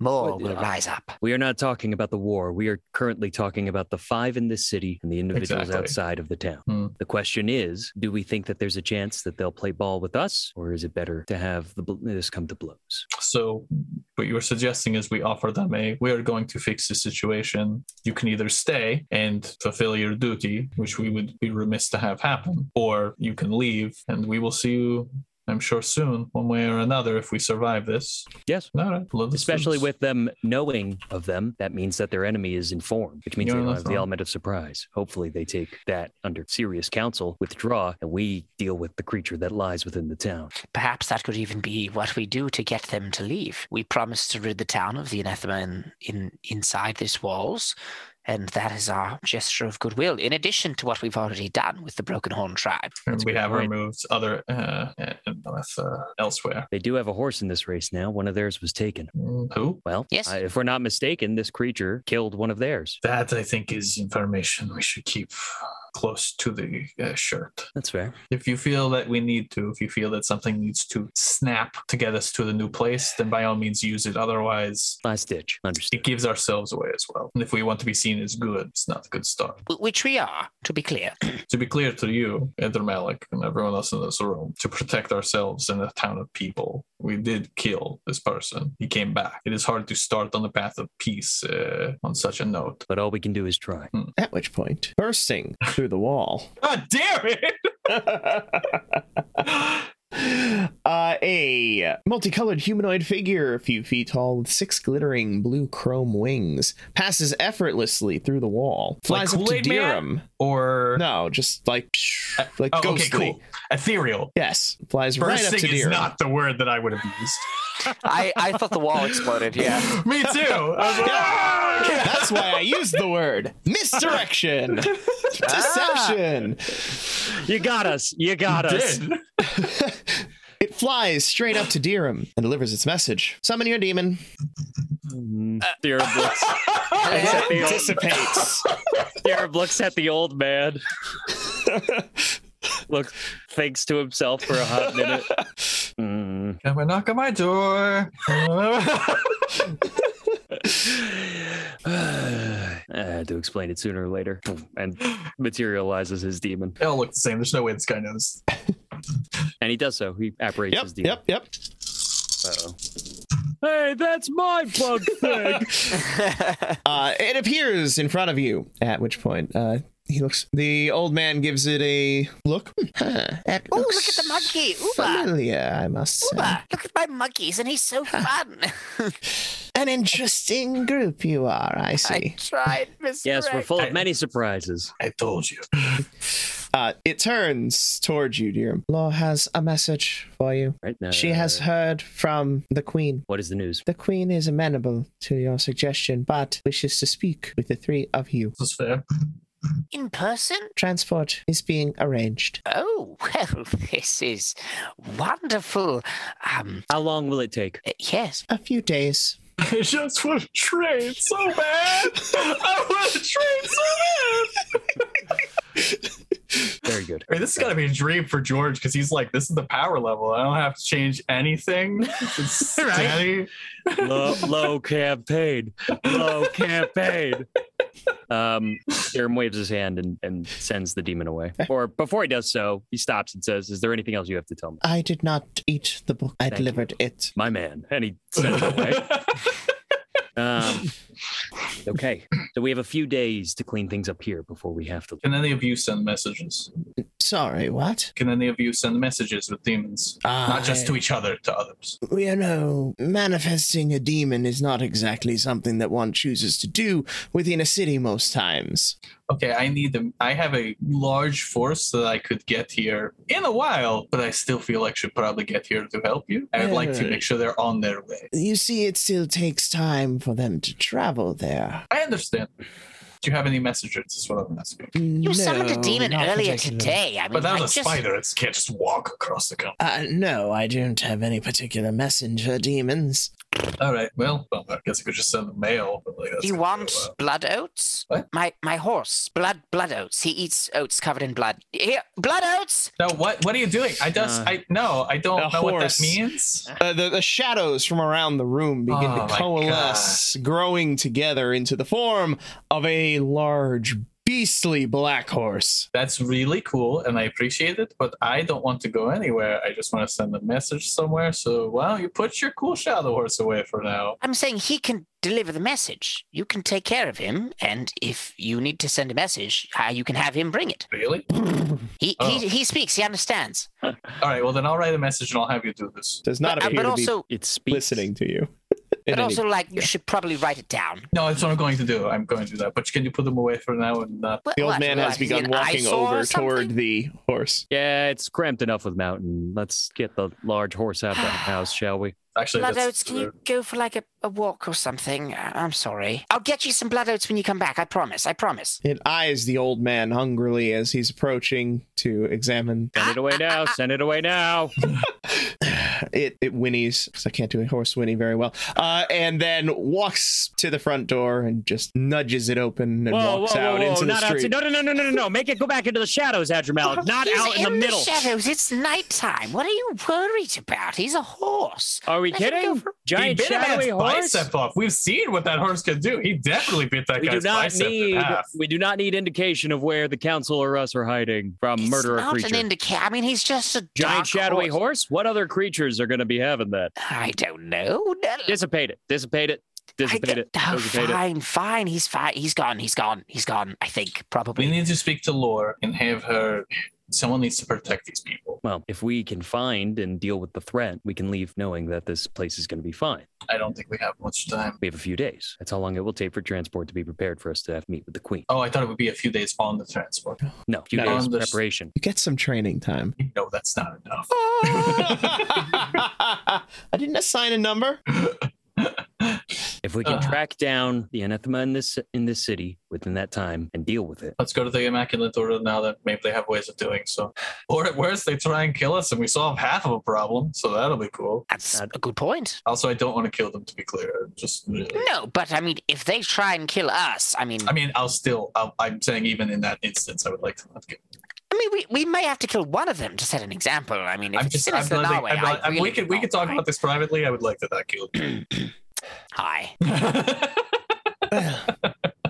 more
Would-
will
uh,
rise up
We are not talking about the war. We are currently talking about the five in this city and the individuals
Exactly.
outside of the town.
Hmm.
The question is do we think that there's a chance that they'll play ball with us, or is it better to have the, bl- this come to blows?
So, what you were suggesting is we offer them a we are going to fix the situation. You can either stay and fulfill your duty, which we would be remiss to have happen, or you can leave and we will see you. I'm sure soon, one way or another, if we survive this.
Yes.
All right. Love the
Especially
spoons.
with them knowing of them, that means that their enemy is informed, which means
You're
they don't
not
have the
wrong.
element of surprise. Hopefully, they take that under serious counsel, withdraw, and we deal with the creature that lies within the town.
Perhaps that could even be what we do to get them to leave. We promise to rid the town of the anathema in, in inside these walls, And that is our gesture of goodwill, in addition to what we've already done with the Broken Horn tribe.
And we
a good
have
point.
removed other uh, uh, uh, elsewhere.
They do have a horse in this race now. One of theirs was taken.
Mm, Who?
Well,
Yes.
I- if we're not mistaken, this creature killed one of theirs.
That I think is information we should keep close to the uh, shirt.
That's fair.
If you feel that we need to, if you feel that something needs to snap to get us to the new place, then by all means use it. Otherwise,
Last ditch. Understood.
it gives ourselves away as well. And if we want to be seen as good, it's not a good start.
Wh- Which we are, to be clear.
To be clear to you, Eder Malik, and everyone else in this room, to protect ourselves and the town of people, we did kill this person. He came back. It is hard to start on the path of peace uh, on such a note.
But all we can do is try.
At which point, bursting through the wall,
God damn it!
uh,
a multicolored humanoid figure a few feet tall with six glittering blue chrome wings passes effortlessly through the wall flies up to
Kool-Aid Man?
Dirham
Or
no just like psh, like
oh, okay,
ghostly
cool. Ethereal.
yes flies right up
Bursting
to
is
Dirham
not the word that I would have used.
I, I thought the wall exploded, yeah.
Me too. I was like, "Ah!"
that's why I used the word misdirection deception
You got us. You got us.
Did.
it flies straight up to Dirham and delivers its message summon your demon
Mm, Theorem looks,
Hello?
the old,
dissipates
Theorem looks at the old man. Look, thinks to himself for a hot minute. Mm.
Come and knock on my door.
I had to explain it sooner or later, and materializes his demon,
they all look the same. There's no way this guy knows.
and he does so. He apparates
yep
his demon.
yep yep
Uh-oh. Hey, that's my bug thing.
Uh, it appears in front of you. At which point, uh, he looks. The old man gives it a look. Hmm, huh, that
Ooh,
looks
look at the ah. monkey. Uba.
Familiar, I must say.
Uba. Look at my monkeys, and he's so fun.
An interesting group you are. I see.
I tried, Miss
yes, we're
Greg.
full of many surprises.
I told you.
Uh, it turns towards you, dear. Law has a message for you.
Right now, uh,
She has heard from the queen.
What is the news?
The queen is amenable to your suggestion, but wishes to speak with the three of you.
This is fair.
In person?
Transport is being arranged.
Oh, well, this is wonderful. Um,
How long will it take?
uh, yes.
A few days.
I just want to train so bad. I want to train so bad.
Very good.
I mean, this has got to be a dream for George because he's like, this is the power level. I don't have to change anything. It's
Right.
steady.
low, low campaign. Low campaign. Um, Jerem waves his hand and, and sends the demon away. Or before he does so, he stops and says, "Is there anything else you have to tell me,
I did not eat the book. I
Thank you.
delivered it.
my man?" And he sends it away. Um, okay, so we have a few days to clean things up here before we have to.
Can any of you send messages?
Sorry, what?
Can any of you send messages with demons? Not just to each other, to others.
You know, manifesting a demon is not exactly something that one chooses to do within a city most times.
Okay, I need them. I have a large force that I could get here in a while, but I still feel like should probably get here to help you. I would like to make sure they're on their way.
You see, it still takes time for them to travel there.
I understand. Do you have any messages? Is what I'm asking.
Mm,
You summoned a demon earlier today. I mean,
But that
I
was a
just...
spider. It can't just walk across the country.
Uh, no, I don't have any particular messenger demons.
All right. Well, well, I guess I could just send a mail. But like, that's
Do you
gonna
want
be a while.
blood oats?
What?
My my horse, blood blood oats. He eats oats covered in blood. Here, blood oats.
No. What? What are you doing? I just.
Uh,
I no. I don't
a
know what that
horse.
means.
Uh, the, the shadows from around the room begin
Oh
to
my
coalesce, growing together into the form of a large, beastly black horse.
That's really cool, and I appreciate it. But I don't want to go anywhere. I just want to send a message somewhere. So why don't you put your cool shadow horse away for now?
I'm saying he can deliver the message. You can take care of him, and if you need to send a message, uh, you can have him bring it.
Really?
He
Oh.
he, he speaks. He understands.
All right. Well, then I'll write a message and I'll have you do this.
Does not
but, uh,
appear
but
to
also,
It
be
speaks.
listening to you. in
but
any
also, like you should probably write it down.
No, that's what I'm going to do. I'm going to do that. But can you put them away for now and not?
What-
The old
what-
man
what,
has
is he
begun
an
walking
eyesore or
over toward
something?
the horse.
Yeah, it's cramped enough with Mountain. Let's get the large horse out of the house, shall we?
Actually,
Blood
that's
oats, can you go for like a, a walk or something? I- I'm sorry. I'll get you some blood oats when you come back. I promise. I promise.
It eyes the old man hungrily as he's approaching to examine.
Send it away now. Send it away now.
It it whinnies because I can't do a horse whinny very well. Uh, and then walks to the front door and just nudges it open and
Whoa, whoa,
walks
whoa,
out
whoa.
into the
not out to,
street.
no, no, no, no, no, no, no. Make it go back into the shadows, Adrimal. Not
He's
out in the middle.
shadows. It's nighttime. What are you worried about? He's a horse.
Are we
Let him go
kidding?
for-
He
Giant
bit a man's
shadowy horse.
bicep off. We've seen what that horse could do. He definitely bit that
We do
guy's
not
bicep in
need.
half.
We do not need indication of where the council or us are hiding from
It's
murder or
not
creature.
an indicator. I mean, he's just a dark
Giant shadowy
horse.
horse. What other creatures are going to be having that?
I don't know.
Dissipate it. Dissipate it. Dissipate it.
Oh,
Dissipate it.
fine, fine. He's fine. He's gone. He's gone. He's gone. I think
We
probably.
need to speak to Lore and have her. Someone needs to protect these people.
Well, if we can find and deal with the threat, we can leave knowing that this place is going to be fine.
I don't think we have much time.
We have a few days. That's how long it will take for transport to be prepared for us to have meet with the queen.
Oh, I thought it would be a few days on the transport.
No, a few
No,
days
I'm just-
preparation.
You get some training time.
You know that's not enough.
Oh.
I didn't assign a number.
If we can
Uh.
track down the anathema in this in this city within that time and deal with it,
Let's go to the Immaculate Order now that maybe they have ways of doing so. Or at worst, they try and kill us and we solve half of a problem, so that'll be cool.
That's
Uh,
a good point.
Also, I don't want to kill them, to be clear. Just,
No, but I mean, if they try and kill us, I mean,
I mean, I'll still, I'll, I'm saying even in that instance, I would like to not kill.
I mean, we, we may have to kill one of them to set an example. I mean, if
I'm
it's
just, I'm
Sinister
not, like,
Narway,
I'm
I
not, I'm,
really
we could, we could talk about this privately. I would like to not kill.
Hi.
Well,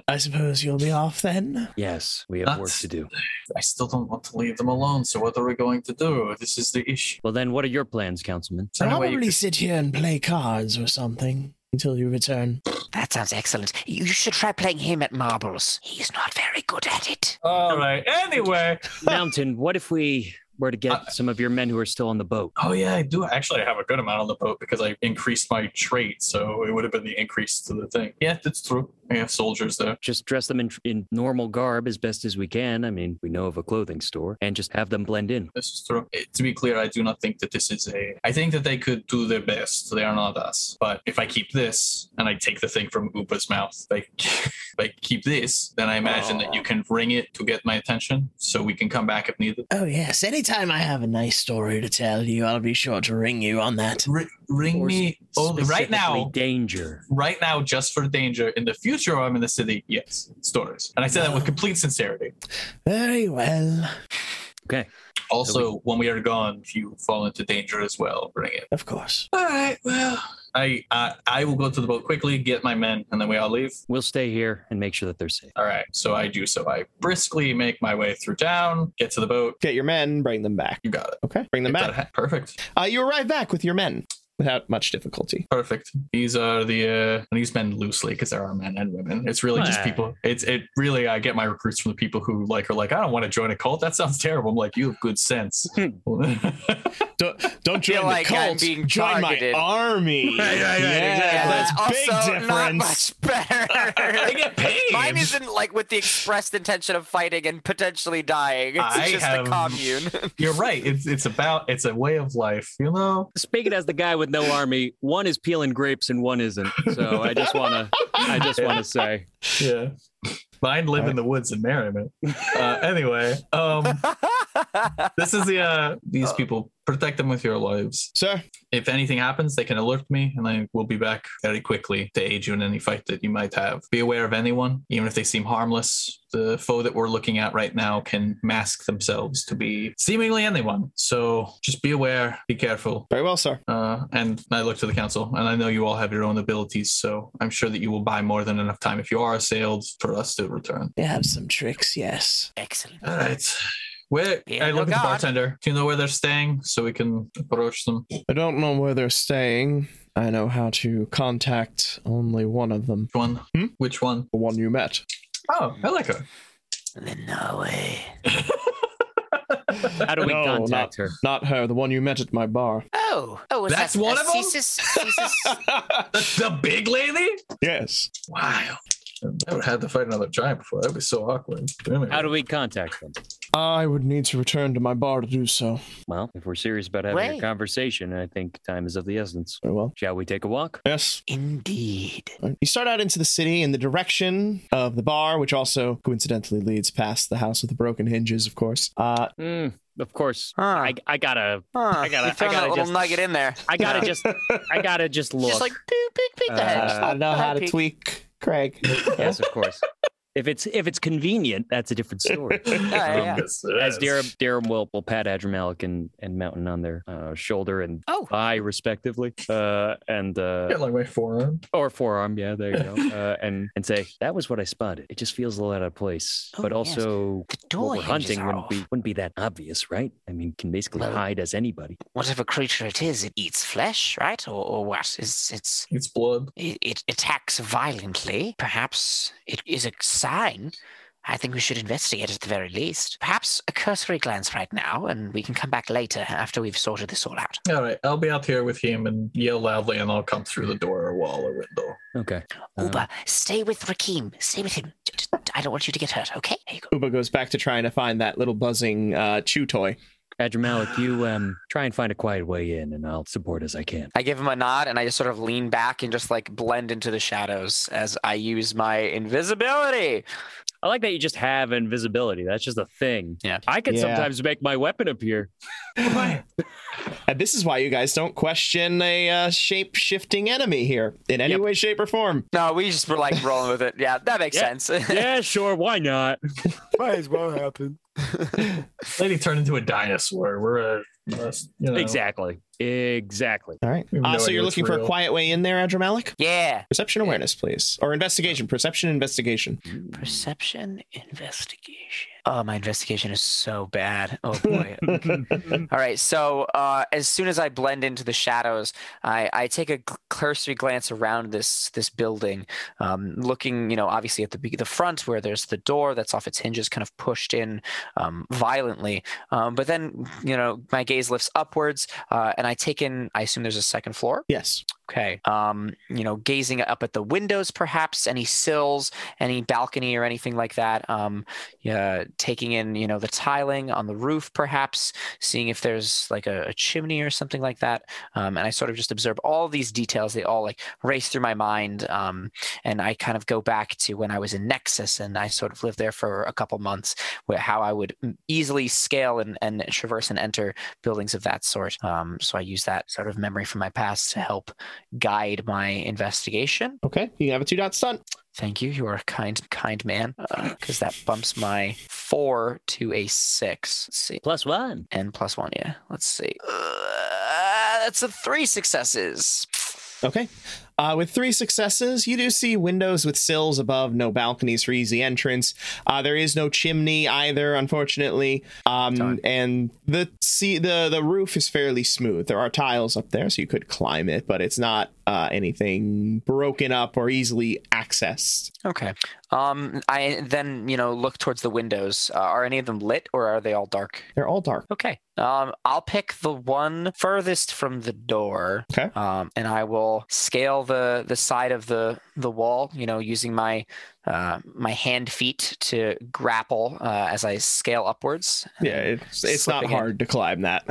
I suppose you'll be off then.
yes, we have work
That's-
to do.
I still don't want to leave them alone. So what are we going to do? This is the issue.
Well, then, what are your plans, Councilman?
Is there any way you
Probably sit here and play cards or something until you return.
That sounds excellent. You should try playing him at marbles. He's not very good at it.
could- All right. Anyway.
Mountain, what if we were to
Uh,
get some of your men who are still on the boat?
Oh yeah, I do actually I have a good amount on the boat because I increased my trait, so it would have been the increase to the thing. Yeah, that's true. I have soldiers there.
Just dress them in, in normal garb as best as we can. I mean, we know of a clothing store, and just have them blend in.
This is true. Eh, to be clear, I do not think that this is a. I think that they could do their best. They are not us. But if I keep this and I take the thing from Upa's mouth, like if I keep this, then I imagine that you can ring it to get my attention, so we can come back if needed.
Oh, yes. Anytime I have a nice story to tell you, I'll be sure to ring you on that.
R- ring
Or
me oh, right
Specifically
now.
danger.
Right now, just for danger. In the future, I'm in the city. Yes, stories, and I say that with complete sincerity.
Very well.
Okay.
Also, when we are gone, if you fall into danger as well, bring it.
Of course.
All right. Well, I I, I will go to the boat quickly, get my men, and then we all leave.
We'll stay here and make sure that they're safe.
All right. So I do so. I briskly make my way through town, get to the boat.
Get your men, bring them back.
You got it.
Okay, bring them
Get
back.
that hat. Perfect.
Uh, you arrive back with your men without much difficulty.
Perfect. These are the uh, and use men loosely because there are men and women. It's really just
Right.
people. It's it really. I get my recruits from the people who like are like, I don't want to join a cult. That sounds terrible. I'm like, you have good sense.
Don't, don't
feel
join
like
the
I'm
cult.
being
join
targeted.
my army.
Right, right, right,
yeah,
exactly.
that's big
also, Not
difference.
much better.
I get paid.
Mine isn't like with the expressed intention of fighting and potentially dying. It's
I
just
have-
a commune.
You're right. It's it's about it's a way of life, you know.
Speaking as the guy with no army, one is peeling grapes and one isn't. So I just wanna, I just wanna say,
Yeah. Mine live in the woods in merriment. Uh, anyway, um, this is the uh, these people protect them with your lives.
Sir,
If anything happens, they can alert me, and I will be back very quickly to aid you in any fight that you might have. Be aware of anyone, even if they seem harmless. The foe that we're looking at right now can mask themselves to be seemingly anyone. So just be aware, be careful,
very well, sir.
Uh, and I look to the council, and I know you all have your own abilities, so I'm sure that you will buy more than enough time if you are assailed for us to return.
They have some tricks, yes.
Excellent.
All right. Where
Yeah,
I look
no
at the
God.
bartender. Do you know where they're staying so we can approach them? Which
I don't know where they're staying. I know how to contact only one of them,
one?
Hmm?
Which one?
the one you met.
Oh, I like her.
Linoe.
how do we
No, not-
contact her?
Not her, the one you met at my bar.
Oh, oh, was
That's
that,
one
uh,
of 'em?
Cesis- Cesis-
The, the big lady?
yes.
Wow. I've never had to fight another giant before. That'd be so awkward. Anyway.
How do we contact them?
I would need to return to my bar to do so.
Well, if we're serious about having
Ray.
a conversation, I think time is of the essence.
Very well.
Shall we take a walk?
Yes.
Indeed.
You start out into the city in the direction of the bar, which also coincidentally leads past the house with the broken hinges, of course. Uh,
Mm, of course.
Huh.
I, I gotta,
Huh.
I gotta-
you
I
throw
gotta
that little
just-
nugget in there.
I gotta just, I gotta just look. Uh,
Just like peek, peek, peek the hedge.
Uh, I don't know
Oh,
how to
peek.
tweak Craig.
yes, of course. If it's if it's convenient, that's a different story.
Oh, yeah.
Yes, yes.
As Darren, Darren will, will pat Adramalik and, and Mountain on their uh, shoulder and
Oh.
thigh, respectively, uh, and
Yeah,
uh,
like my forearm.
or forearm. Yeah, there you go. Uh, and and say that was what I spotted. It just feels a little out of place,
Oh,
but
yes.
also
The
what
door
we're
hinges
hunting
are
wouldn't
off.
be wouldn't be that obvious, right? I mean, can basically
Well-
hide as anybody.
Whatever creature it is, it eats flesh, right? Or, or what? It's, it's
It's blood.
it, it attacks violently. Perhaps it is a sign. I think we should investigate at the very least. Perhaps a cursory glance right now, and we can come back later after we've sorted this all out.
All right, I'll be out here with him and yell loudly, and I'll come through the door or wall or window.
Okay. Uh,
Uba, stay with Rakim. Stay with him. J- j- I don't want you to get hurt, okay? There you go.
Uba goes back to trying to find that little buzzing uh, chew toy.
Adramalik, you um try and find a quiet way in, and I'll support as I can.
I give him a nod and I just sort of lean back and just like blend into the shadows as I use my invisibility.
I like that you just have invisibility. That's just a thing.
Yeah.
I can
Yeah.
sometimes make my weapon appear.
And Uh, this is why you guys don't question a uh, shape shifting enemy here in any
Yep.
way, shape, or form.
No, we just were like rolling with it. Yeah, that makes
Yeah.
sense.
yeah, sure. Why not?
Might as well happen.
Lady turned into a dinosaur. We're a, a- you know,
Exactly. Exactly.
All right.
We have
Uh,
no
so
idea
you're
what's
looking for a
real.
quiet way in there, Adramalik?
Yeah.
Perception awareness, please. Or investigation. Perception, investigation.
Perception, investigation. Oh, my investigation is so bad. Oh boy.
All right. So uh, as soon as I blend into the shadows, I, I take a gl- cursory glance around this this building, um, looking, you know, obviously at the be- the front where there's the door that's off its hinges, kind of pushed in um, violently. Um, but then, you know, my gaze lifts upwards, uh, and I take in. I assume there's a second floor.
Yes.
Okay. Um, you know, gazing up at the windows, perhaps any sills, any balcony or anything like that. Um, yeah, taking in, you know, the tiling on the roof, perhaps seeing if there's like a, a chimney or something like that. Um, and I sort of just observe all these details. They all like race through my mind. Um, and I kind of go back to when I was in Nexus and I sort of lived there for a couple months, where how I would easily scale and, and traverse and enter buildings of that sort. Um, so I use that sort of memory from my past to help guide my investigation.
Okay. You have a two dot stunt.
Thank you. You are a kind, kind man. Because that bumps my four to a 6 Let's see.
Plus one.
And plus one, yeah. Let's see. Uh, that's a three successes.
Okay. Uh, with three successes, you do see windows with sills above, no balconies for easy entrance. Uh, there is no chimney either, unfortunately. Um,
Darn.
and the see the the roof is fairly smooth. There are tiles up there, so you could climb it, but it's not uh, anything broken up or easily accessed.
Okay. Um, I then you know look towards the windows. Uh, are any of them lit or are they all dark?
They're all dark.
Okay. Um, I'll pick the one furthest from the door.
Okay.
Um, and I will scale the the side of the the wall. You know, using my uh, my hand feet to grapple uh, as I scale upwards. and
Yeah, it's it's not
Slipping in.
hard to climb that.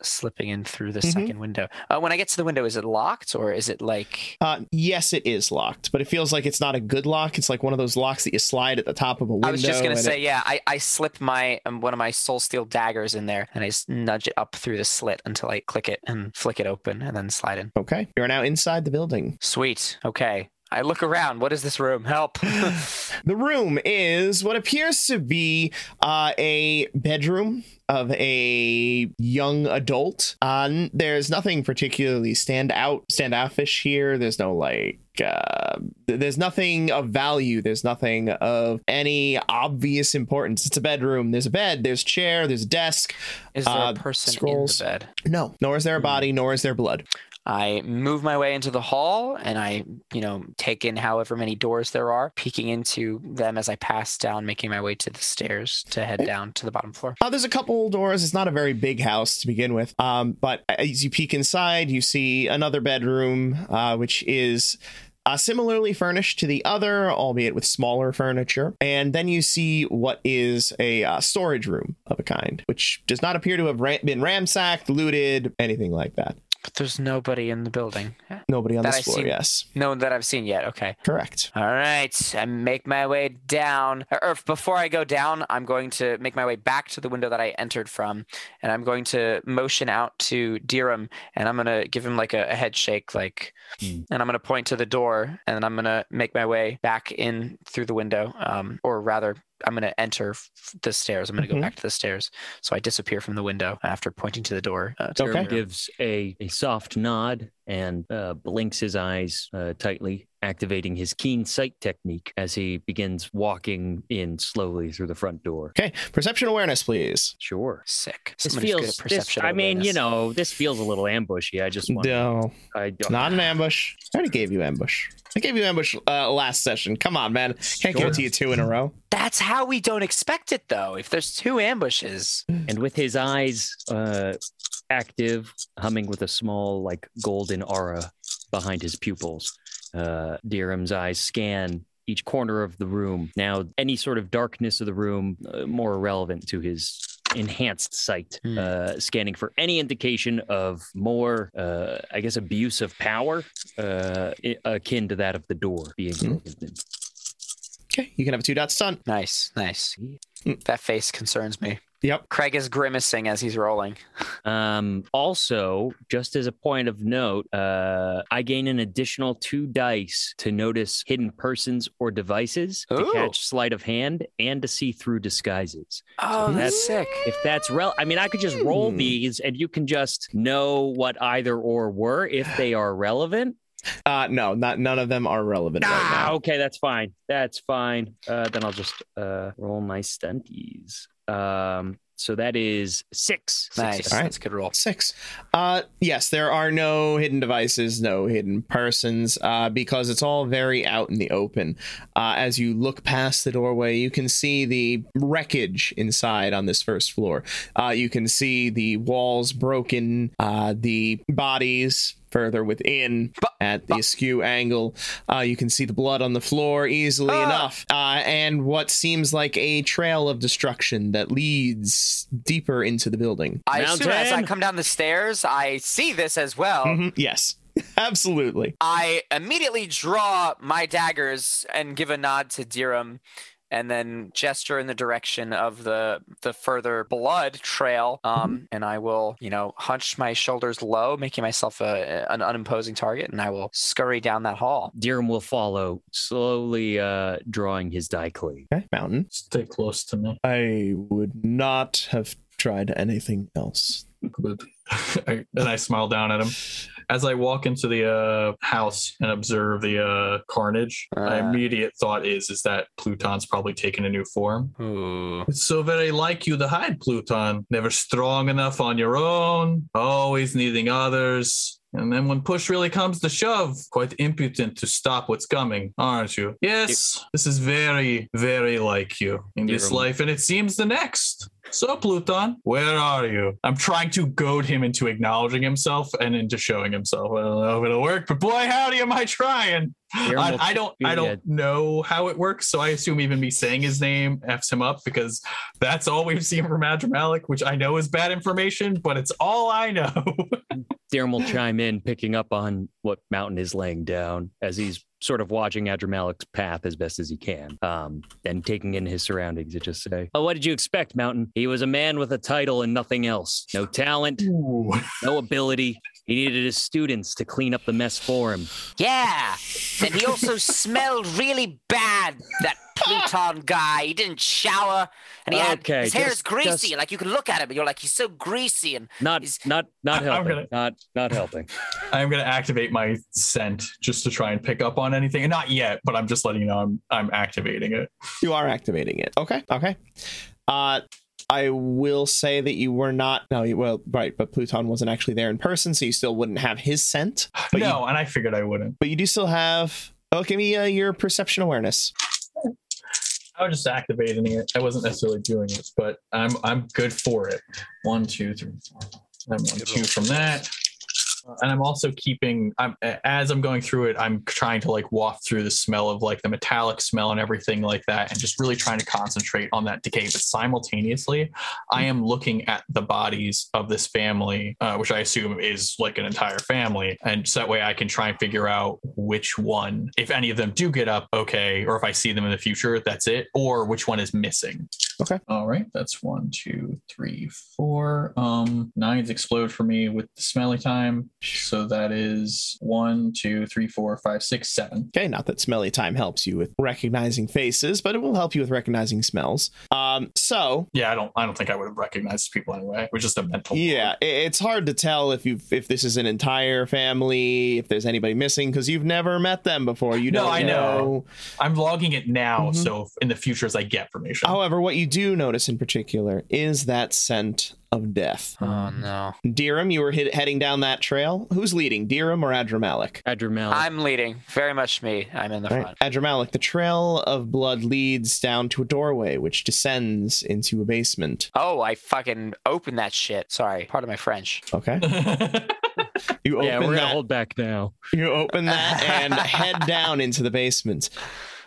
Slipping in through the
Mhm.
second window. Uh, when I get to the window, is it locked or is it like?
Uh, yes, it is locked, but it feels like it's not a good lock. It's like one of those locks that you slide at the top of a Uh, window.
I was just gonna
and it-
say, yeah. I, I slip my um, one of my soul steel daggers in there, and I just nudge it up through the slit until I click it and flick it open, and then slide in.
Okay, you're now inside the building.
Sweet. Okay. I look around. What is this room? Help.
The room is what appears to be uh, a bedroom of a young adult. Uh, n- there's nothing particularly stand out, standoffish here. There's no like. Uh, th- there's nothing of value. There's nothing of any obvious importance. It's a bedroom. There's a bed. There's a chair. There's a desk.
Is there
Uh,
a person
scrolls.
in the bed?
No, nor is there a body, nor is there blood.
I move my way into the hall and I, you know, take in however many doors there are, peeking into them as I pass down, making my way to the stairs to head down to the bottom floor.
Uh, there's a couple doors. It's not a very big house to begin with. Um, but as you peek inside, you see another bedroom, uh, which is uh, similarly furnished to the other, albeit with smaller furniture. And then you see what is a uh, storage room of a kind, which does not appear to have ra- been ransacked, looted, anything like that.
But there's nobody in the building.
Nobody on
That
this
I
floor,
see.
yes.
No one that I've seen yet. Okay.
Correct.
All right. I make my way down. Or or before I go down, I'm going to make my way back to the window that I entered from, and I'm going to motion out to Dirham, and I'm gonna give him like a, a head shake, like,
Hmm.
and I'm gonna point to the door, and I'm gonna make my way back in through the window, um, or rather. I'm going to enter f- the stairs. I'm going to
Mm-hmm.
Mhm.
go back to the stairs. So I disappear from the window after pointing to the door. Uh, to-
Term
Okay.
gives a, a soft nod and uh, blinks his eyes uh, tightly, activating his keen sight technique as he begins walking in slowly through the front door.
Okay. Perception awareness, please.
Sure.
Sick.
This
Somebody's good
feels.
at
This,
perception
I mean, you
awareness.
know, this feels a little ambushy. I just want.
No,
I don't,
not an ambush. I already gave you ambush. I gave you ambush uh, last session. Come on, man. Can't give it to you two in a row.
That's how we don't expect it, though. If there's two ambushes,
and with his eyes uh, active, humming with a small, like golden aura behind his pupils, uh, Dirham's eyes scan each corner of the room. Now, any sort of darkness of the room, uh, more irrelevant to his enhanced sight,
Hmm.
uh, scanning for any indication of more, uh, I guess, abuse of power uh, i- akin to that of the door being
Hmm.
broken.
Okay. You can have a two dot stunt.
nice, nice.
Mm.
That face concerns me.
Yep.
Craig is grimacing as he's rolling.
Um, also, just as a point of note, uh, I gain an additional two dice to notice hidden persons or devices, to
Ooh.
catch sleight of hand, and to see through disguises.
Oh, that's
that's-
sick.
If that's rel, I mean, I could just roll
Hmm.
these, and you can just know what either or were if they are relevant.
Uh, no, not none of them are relevant right
Ah,
now.
okay, that's fine. That's fine. Uh, then I'll just uh, roll my stunties. Um, so that is six. Six
Nice.
All right.
That's a good roll.
Six. Uh, yes, there are no hidden devices, no hidden persons, uh, because it's all very out in the open. Uh, as you look past the doorway, you can see the wreckage inside on this first floor. Uh, you can see the walls broken, uh, the bodies further within
Bu-
at the askew angle. Uh, you can see the blood on the floor easily
Ah!
enough, uh, and what seems like a trail of destruction that leads deeper into the building.
I assume as I
Mountain.
come down the stairs, I see this as well.
Mhm, Yes, absolutely.
I immediately draw my daggers and give a nod to Dirham and then gesture in the direction of the the further blood trail
Mm-hmm.
um and I will you know hunch my shoulders low making myself a, an unimposing target and I will scurry down that hall
Dirham will follow, slowly uh, drawing his die clay.
Okay, mountain.
Stay close to me.
I would not have tried anything else.
Good. I- and I smile down at him. As I walk into the uh, house and observe the uh, carnage, my
Ah.
immediate thought is is that Pluton's probably taken a new form.
Ooh.
It's so very like you to hide, Pluton. Never strong enough on your own, always needing others. And then when push really comes to shove, quite impudent to stop what's coming, aren't you? Yes, this is very, very like you in this
Dear-
life, and it seems the next. So, Pluton, where are you? I'm trying to goad him into acknowledging himself and into showing himself. I don't know if it'll work, but boy, howdy, am I trying?
Dear
I,
Mo-
I don't, I
Yeah.
don't know how it works, so I assume even me saying his name f's him up because that's all we've seen from Madra Malik, which I know is bad information, but it's all I know.
Dirham will chime in, picking up on what Mountain is laying down as he's sort of watching Adramalik's path as best as he can, um, and taking in his surroundings and just say, "Oh, what did you expect, Mountain? He was a man with a title and nothing else. No talent,
Ooh.
no ability. He needed his students to clean up the mess for him.
Yeah. And he also smelled really bad, that Pluton guy. He didn't shower. And he
Okay,
had his hair's
just-
greasy.
just-
Like you can look at him, but you're like, he's so greasy and
Not,
He's-
not, not
I'm
helping.
gonna-
Not, not helping.
I'm gonna activate my scent just to try and pick up on anything. And not yet, but I'm just letting you know I'm I'm activating it.
You are activating it. Okay, okay. Uh, I will say that you were not. No, you, well, right, but Pluton wasn't actually there in person, so you still wouldn't have his scent. But
no,
you,
and I figured I wouldn't.
but you do still have. Oh, give me uh, your perception awareness.
I was just activating it. I wasn't necessarily doing it, but I'm I'm good for it. One, two, three, four. And one, two from that. Uh, and I'm also keeping. I'm as I'm going through it, I'm trying to like waft through the smell of like the metallic smell and everything like that, and just really trying to concentrate on that decay. But simultaneously, I am looking at the bodies of this family, uh, which I assume is like an entire family, and so that way I can try and figure out which one, if any of them do get up, okay, or if I see them in the future, that's it, or which one is missing.
Okay.
All right. That's one, two, three, four. Um, nines explode for me with the smelly time. So that is one, two, three, four, five, six, seven.
Okay, not that smelly time helps you with recognizing faces, but it will help you with recognizing smells. Um, so
Yeah, I don't. I don't think I would have recognized people anyway. It was just a mental.
yeah, i- it's hard to tell if you if this is an entire family, if there's anybody missing because you've never met them before. You
No,
don't
I know. I'm logging it now,
Mhm.
so if- in the future as I get information.
However, what you do notice in particular is that scent of death.
Um,
Oh no.
Dirham, you were hit, heading down that trail. Who's leading, Dirham or Adramalik?
Adramel.
I'm leading. Very much me. I'm in the
Right.
front.
Adramalik, the trail of blood leads down to a doorway which descends into a basement.
Oh, I fucking opened that shit. Sorry. Part of my French.
Okay. You
yeah,
open
we're gonna
that
hold back now.
You open that and head down into the basement.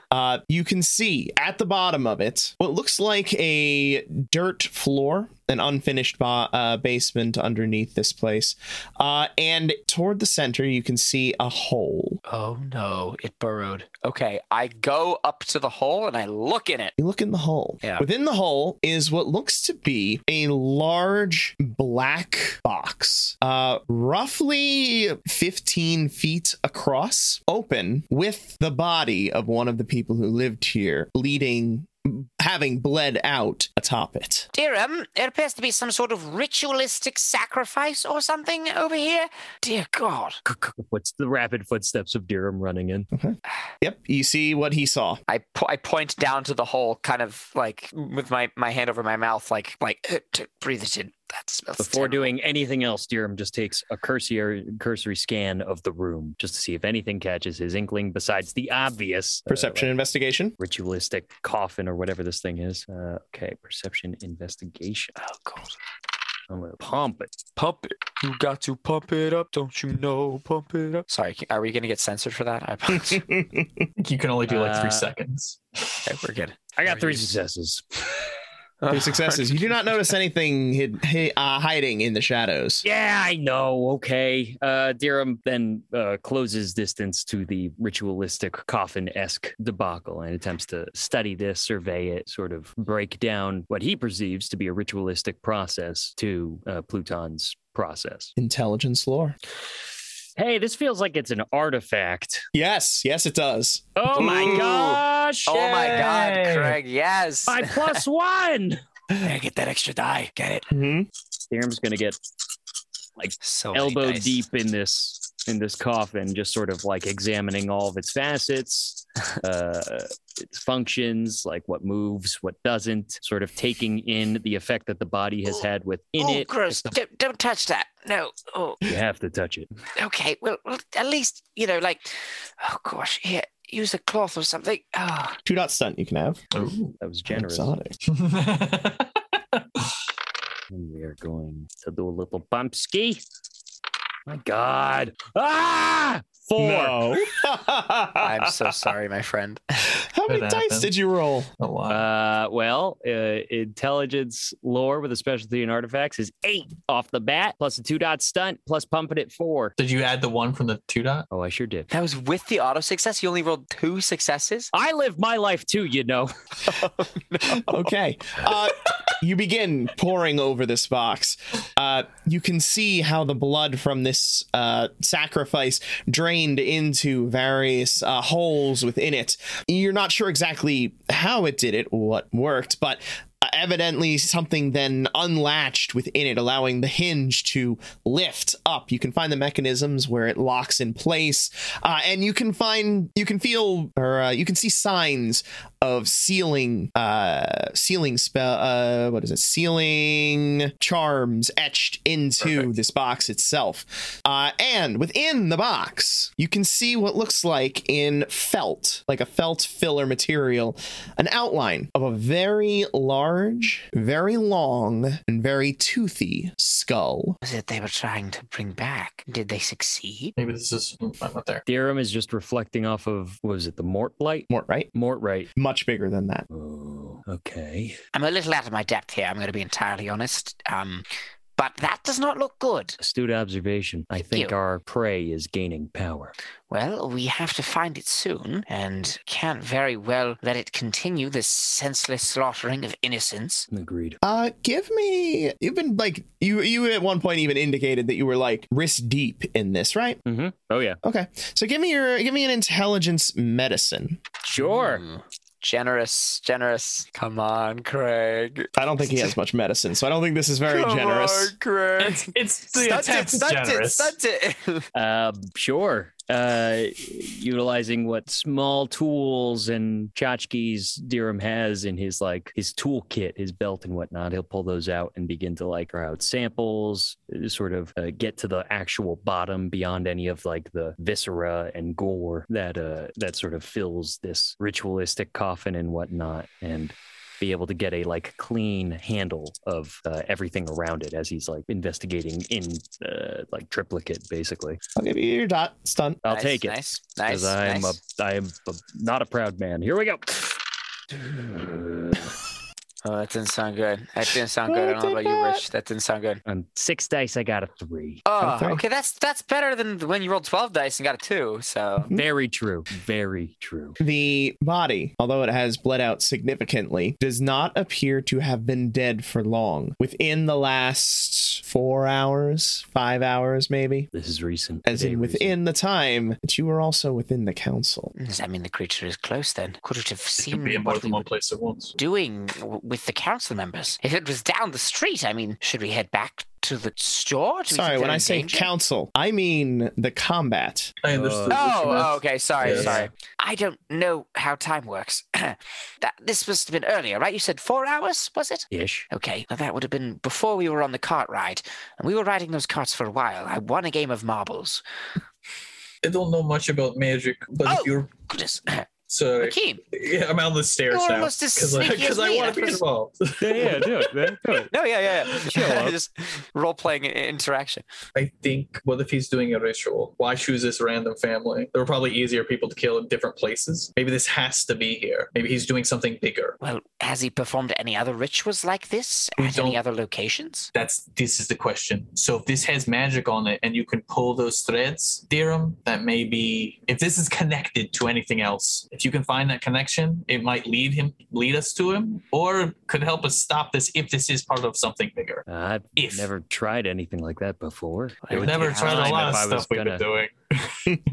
Uh, you can see at the bottom of it what looks like a dirt floor, an unfinished ba- uh, basement underneath this place. Uh, and toward the center, you can see a hole.
Oh no, it burrowed. Okay, I go up to the hole and I look in it.
You look in the hole.
Yeah.
Within the hole is what looks to be a large black box, uh, roughly 15 feet across, open, with the body of one of the people who lived here bleeding, having bled out atop it.
Dear um, it appears to be some sort of ritualistic sacrifice or something over here. Dear God.
What's the rapid footsteps of Durham running in?
Yep, you see what he saw.
I po- I point down to the hole, kind of like with my my hand over my mouth, like like "Uh, t- breathe it in. That smells.
Before
terrible."
doing anything else, Durham just takes a cursory, cursory scan of the room just to see if anything catches his inkling besides the obvious uh,
Perception investigation.
ritualistic coffin or whatever this thing is. Uh, okay, perception investigation.
Oh God.
I'm gonna pump it.
Pump it. You got to pump it up, don't you know? Pump it up. Sorry, are we gonna get censored for that? I apologize.
I think you can only do like three
Uh,
seconds.
okay, we're good.
I got three successes.
Three successes. You do not notice anything hid, hi- uh, hiding in the shadows.
Yeah, I know. Okay. Uh, Dirham then uh, closes distance to the ritualistic coffin esque debacle and attempts to study this, survey it, sort of break down what he perceives to be a ritualistic process to uh, Pluton's process.
Intelligence lore.
Hey, this feels like it's an artifact.
Yes, yes, it does.
Oh my
Ooh.
gosh.
Oh my
Yay.
God, Craig. Yes.
My plus one.
Yeah, get that extra die. Get it.
Mm-hmm.
Dirham's going to get
Oh,
So many
elbow
dice.
deep in this in this coffin, just sort of like examining all of its facets, uh, its functions, like what moves, what doesn't, sort of taking in the effect that the body has had within
oh,
it.
gross. Don't, don't touch that. No. Oh,
You have to touch it.
okay. Well, well, at least, you know, like, oh gosh, here, use a cloth or something. Oh,
Two dot stunt you can have.
Ooh.
That was generous.
Exotic.
And we are going to do a little bump ski. My God! Ah, four.
I'm so sorry, my friend.
How many
Could
dice
happen.
did you roll?
A lot.
Uh, well, uh, intelligence lore with a specialty in artifacts is eight off the bat, plus a two dot stunt, plus pumping it four.
Did you add the one from the two dot?
Oh, I sure did.
That was with the auto success. You only rolled two successes.
I live my life too, you know.
Okay. Uh, you begin poring over this box. Uh, you can see how the blood from this uh, sacrifice drained into various uh, holes within it. You're not sure exactly how it did it, what worked, but. uh, Evidently, something then unlatched within it, allowing the hinge to lift up. You can find the mechanisms where it locks in place, uh, and you can find, you can feel, or uh, you can see signs of sealing uh sealing spell uh what is it sealing charms etched into this box itself uh and within the box you can see what looks like in felt like a felt filler material an outline of a very large large, very long, and very toothy skull.
Was it they were trying to bring back? Did they succeed?
Maybe this is mm, I'm not there.
Theorem is just reflecting off of what was it the Mort light?
Mort, right?
Mort right.
Much bigger than that.
Oh, okay.
I'm a little out of my depth here. I'm going to be entirely honest. Um, but that does not look good.
Astute observation. I think
you.
our prey is gaining power.
Well, we have to find it soon, and can't very well let it continue this senseless slaughtering of innocents.
Agreed.
Uh, give me. You've been like you. You at one point even indicated that you were like wrist deep in this, right?
Mm-hmm. Oh yeah.
Okay, so give me your. Give me an intelligence medicine.
Sure.
Hmm. Generous, generous. Come on, Craig.
I don't think he has much medicine, so I don't think this is very generous.
on, Craig.
It's it's the
Stunt it,
attempt's
stunt it,
generous.
stunt it.
Uh, sure. Uh, utilizing what small tools and tchotchkes Durham has in his like his toolkit, his belt and whatnot, he'll pull those out and begin to like grout out samples, uh, sort of uh, get to the actual bottom beyond any of like the viscera and gore that uh that sort of fills this ritualistic coffin and whatnot, and be able to get a like clean handle of uh, everything around it as he's like investigating in uh, like triplicate basically.
I'll give you your dot stunt.
I'll
Nice,
take it.
Nice, nice.
Because I'm
nice.
a I am a, not a proud man. Here we go.
Oh, that didn't sound good. That didn't sound good. I don't know about you, Rich. That didn't sound good.
On six dice, I got a three.
Oh,
three.
okay. That's that's better than when you rolled twelve dice and got a two. So
Hmm.
Very true. Very true.
The body, although it has bled out significantly, does not appear to have been dead for long. Within the last four hours, five hours, maybe.
This is recent.
As
Today
in
recent.
within the time that you were also within the council.
does that mean the creature is close? Then could it have
It
seen
could be in more
what we
than
were
one place at once.
doing w- with the council members? If it was down the street, I mean, should we head back to the store? Do we
Sorry,
think
when
they're
I
in
say
danger?
council, I mean the combat.
I understood. what
Oh,
you meant.
oh, okay. Sorry,
Yeah.
sorry. I don't know how time works. that this must have been earlier, right? You said four hours, was it?
ish.
Okay, now that would have been before we were on the cart ride, and we were riding those carts for a while. I won a game of marbles.
I don't know much about magic, but
Oh.
if you're
Goodness,
sorry,
Hakeem,
yeah, I'm on the stairs
You're
now
almost as
I,
sneaky as
I
me, that's
want to be
what's-
involved.
Yeah, yeah, do it, man. Do it.
No, yeah, yeah, yeah.
Chill out.
Just role playing interaction.
I think, what if he's doing a ritual? Why choose this random family? There were probably easier people to kill in different places. Maybe this has to be here. Maybe he's doing something bigger.
Well, has he performed any other rituals like this
We
at any
don't-
other locations?
That's this is the question. So if this has magic on it and you can pull those threads, theorem, that may be if this is connected to anything else, if you can find that connection, it might lead him lead us to him or could help us stop this if this is part of something bigger.
I've
If.
never tried anything like that before. It
I've
would
never
take
tried
time
a lot
if
of
I was
stuff we've been
gonna-
doing.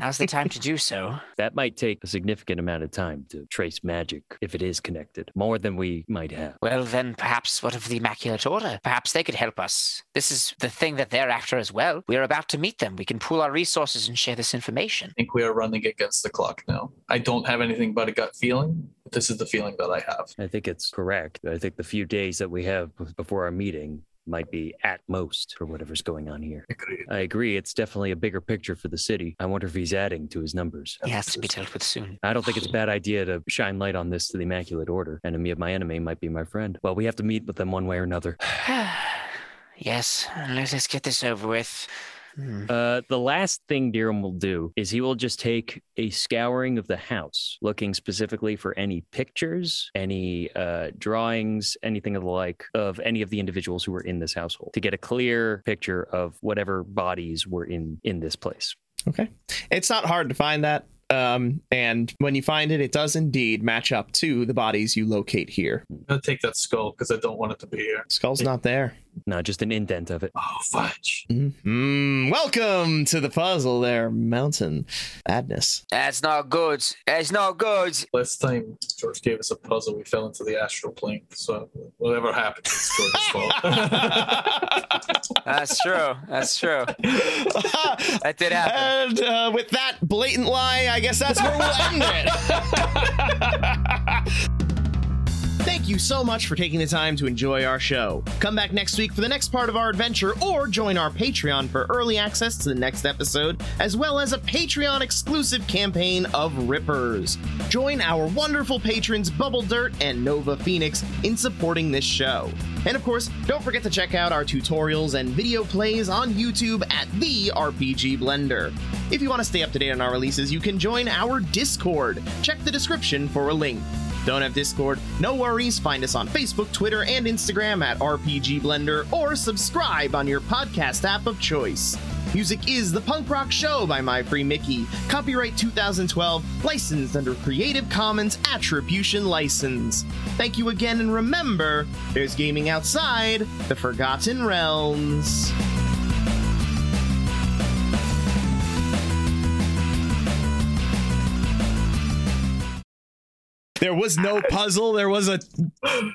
Now's the time to do so.
That might take a significant amount of time to trace magic if it is connected, more than we might have.
Well, then perhaps what of the Immaculate Order? Perhaps they could help us. This is the thing that they're after as well. We are about to meet them. We can pool our resources and share this information.
think we are running against the clock now. I don't have anything but a gut feeling. But this is the feeling that I have.
I think it's correct. I think the few days that we have b- before our meeting might be at most for whatever's going on here.
Agreed.
I agree. It's definitely a bigger picture for the city. I wonder if he's adding to his numbers.
He has to be dealt with soon.
I don't think it's a bad idea to shine light on this to the Immaculate Order. Enemy of my enemy might be my friend. Well, we have to meet with them one way or another.
yes, let us get this over with. Hmm.
Uh, the last thing Durham will do is he will just take a scouring of the house, looking specifically for any pictures, any uh, drawings, anything of the like of any of the individuals who were in this household to get a clear picture of whatever bodies were in in this place.
It's not hard to find that. Um, and when you find it, it does indeed match up to the bodies you locate here.
I'm gonna take that skull because I don't want it to be here.
Skull's not there.
Not just an indent of it.
Oh fudge.
Mm, welcome to the puzzle there, Mountain Madness.
That's not good. That's not good.
Last time George gave us a puzzle, we fell into the astral plane. So whatever happened, it's George's fault.
That's true. That's true. That did happen.
and uh, with that blatant lie, I guess that's where we'll end it. Thank you so much for taking the time to enjoy our show. Come back next week for the next part of our adventure, or join our Patreon for early access to the next episode, as well as a Patreon exclusive campaign of Rippers. Join our wonderful patrons Bubble Dirt and Nova Phoenix in supporting this show. And of course, don't forget to check out our tutorials and video plays on YouTube at The RPG Blender. If you want to stay up to date on our releases, you can join our Discord. Check the description for a link. Don't have Discord? No worries. Find us on Facebook, Twitter, and Instagram at RPG Blender or subscribe on your podcast app of choice. Music is The Punk Rock Show by My Free Mickey. Copyright 2012, licensed under Creative Commons Attribution License. Thank you again, and remember there's gaming outside the Forgotten Realms. There was no puzzle, there was a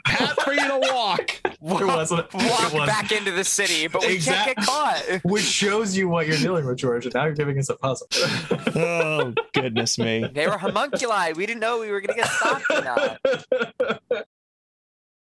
path for you to walk.
It wasn't. it
Walk
wasn't.
back into the city, but we
Exact-
can't get caught.
Which shows you what you're dealing with, George. and Now you're giving us a puzzle.
Oh, goodness me.
They were homunculi. We didn't know we were going to get stopped or not.